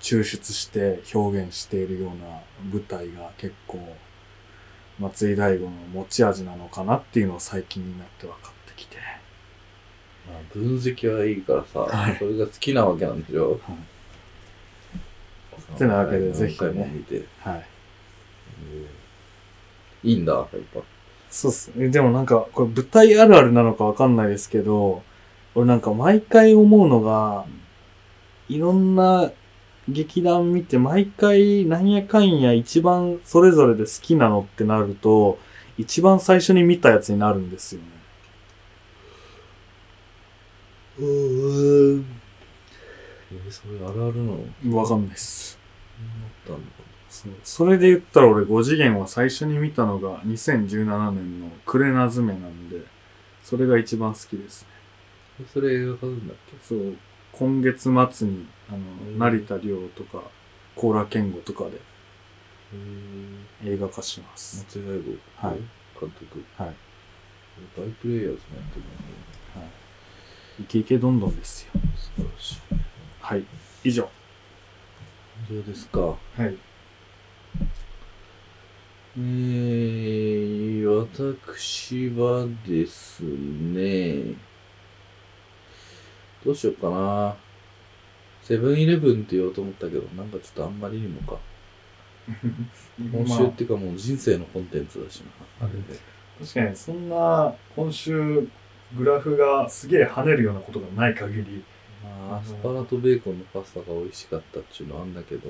Speaker 2: 抽出して表現しているような舞台が結構、松井大吾の持ち味なのかなっていうのを最近になって分かってきて。
Speaker 1: まあ分析はいいからさ、
Speaker 2: はい
Speaker 1: それが好きなわけなんでしょ。
Speaker 2: はいてなわけでぜひね
Speaker 1: 何回も見て。
Speaker 2: はい。
Speaker 1: いいんだ、やっぱ。
Speaker 2: そうっすね。でもなんか、これ舞台あるあるなのかわかんないですけど、俺なんか毎回思うのが、いろんな劇団見て、毎回なんやかんや一番それぞれで好きなのってなると、一番最初に見たやつになるんですよね。
Speaker 1: うん。えー、それあるあるの
Speaker 2: わかんないです。
Speaker 1: そうなったんだ。
Speaker 2: そうそれで言ったら俺5次元は最初に見たのが2017年のクレナズメなんで、それが一番好きです。
Speaker 1: それ映画化するんだっけ
Speaker 2: そう、今月末に、あの、成田凌とか、高良健吾とかで
Speaker 1: えー
Speaker 2: 映画化します。
Speaker 1: 松井大吾、
Speaker 2: はい
Speaker 1: 監督。
Speaker 2: はい。
Speaker 1: 大プレイヤーズなんていう
Speaker 2: イケイケどんどんですよ。
Speaker 1: のも素晴らしい。
Speaker 2: はい。以上。
Speaker 1: そうですか。
Speaker 2: はい。
Speaker 1: えー、私はですね、どうしようかな。セブンイレブンって言おうと思ったけど、なんかちょっとあんまりにもか。今週っていうかもう人生のコンテンツだしな。あれで。
Speaker 2: 確かに、そんな、今週、グラフがすげえ跳ねるようなことがない限り、
Speaker 1: まあ、アスパラとベーコンのパスタが美味しかったっていうのはあんだけど、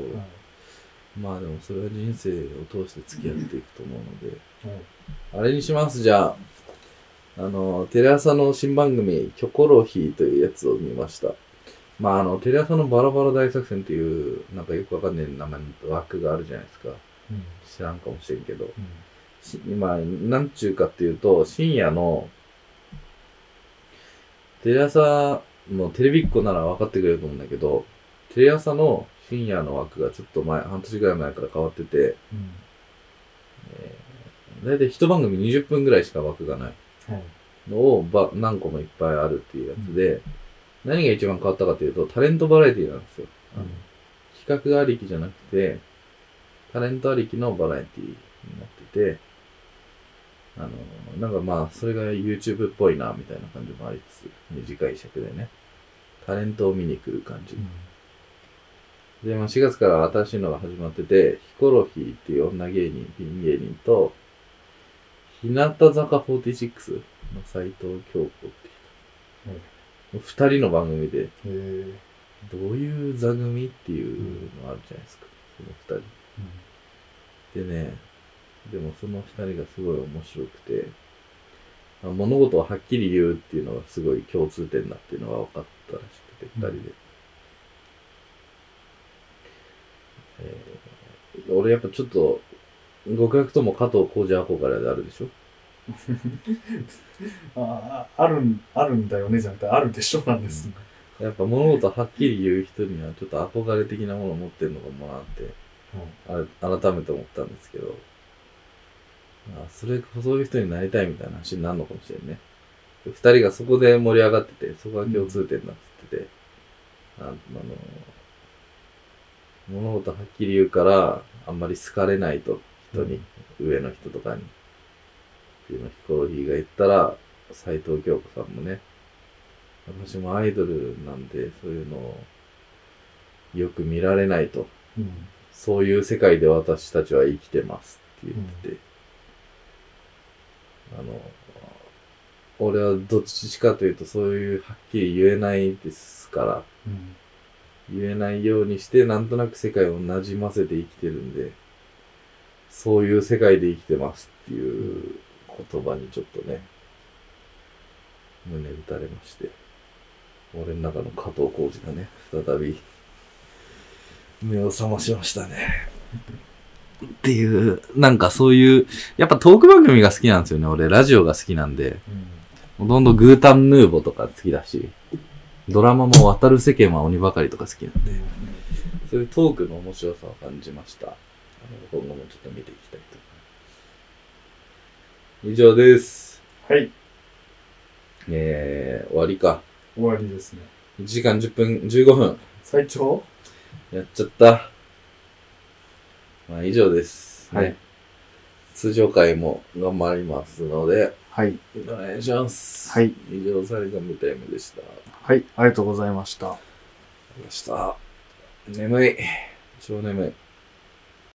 Speaker 1: まあでもそれは人生を通して付き合っていくと思うので、あれにします、じゃあ。あの、テレ朝の新番組、キョコロヒーというやつを見ました。まあ、あの、テレ朝のバラバラ大作戦っていう、なんかよくわかんない名前の枠があるじゃないですか。知らんかもしれんけど。し今、なんちゅうかっていうと、深夜の、テレ朝、もうテレビっ子なら分かってくれると思うんだけど、テレ朝の深夜の枠がちょっと前、半年ぐらい前から変わってて、だいたい一番組20分ぐらいしか枠がない。のをば何個もいっぱいあるっていうやつで、何が一番変わったかというと、タレントバラエティなんですよ。企画ありきじゃなくて、タレントありきのバラエティになってて、あの、なんかまあ、それが YouTube っぽいな、みたいな感じもありつつ、短い尺でね、タレントを見に来る感じ。で、まあ、4月から新しいのが始まってて、ヒコロヒーっていう女芸人、ピン芸人と、日向坂46の斎藤京子っていう人。二、人の番組で、どういう座組っていうのあるじゃないですか。その二人。でね、でもその二人がすごい面白くて、まあ物事をはっきり言うっていうのがすごい共通点だっていうのが分かったらしくて、二
Speaker 2: うん
Speaker 1: 人で。えー俺やっぱちょっと、極悪とも加藤浩二憧れであるでしょ
Speaker 2: ああるん、あるんだよね、じゃなくて、あるでしょなん
Speaker 1: です。やっぱ物事をはっきり言う人にはちょっと憧れ的なものを持ってるのかもなって、あれ改めて思ったんですけど、あそれ、そういう人になりたいみたいな話になるのかもしれんね。で二人がそこで盛り上がってて、そこが共通点だっつってて、ああの、物事はっきり言うから、あんまり好かれないと、人に、上の人とかに。っていうのをヒコロヒーが言ったら、斎藤京子さんもね、私もアイドルなんで、そういうのをよく見られないと。好そういう世界で私たちは生きてますって言って、あの、俺はどっちかというとそういうはっきり言えないですから、
Speaker 2: うん。
Speaker 1: 言えないようにして、なんとなく世界を馴染ませて生きてるんで、そういう世界で生きてますっていう言葉にちょっとね、胸打たれまして、俺の中の加藤浩二がね、再び、目を覚ましましたね。っていう、なんかそういう、やっぱトーク番組が好きなんですよね。俺、ラジオが好きなんで。ほとんどグータンヌーボとか好きだし、ドラマも渡る世間は鬼ばかりとか好きなんで、そういうトークの面白さを感じました。あの今後もちょっと見ていきたいと思います。以上です。
Speaker 3: はい。
Speaker 1: えー、終わりか。
Speaker 3: 終わりですね。
Speaker 1: 1時間10分、15分。
Speaker 3: 最長
Speaker 1: やっちゃった。まあ以上です、ね
Speaker 2: はい。
Speaker 1: 通常回も頑張りますので、
Speaker 2: はい。
Speaker 1: お願いします。
Speaker 2: はい。
Speaker 1: 以上、サリダムタイムでした。
Speaker 2: はい。ありがとうございました。
Speaker 1: ました。眠い。超眠い。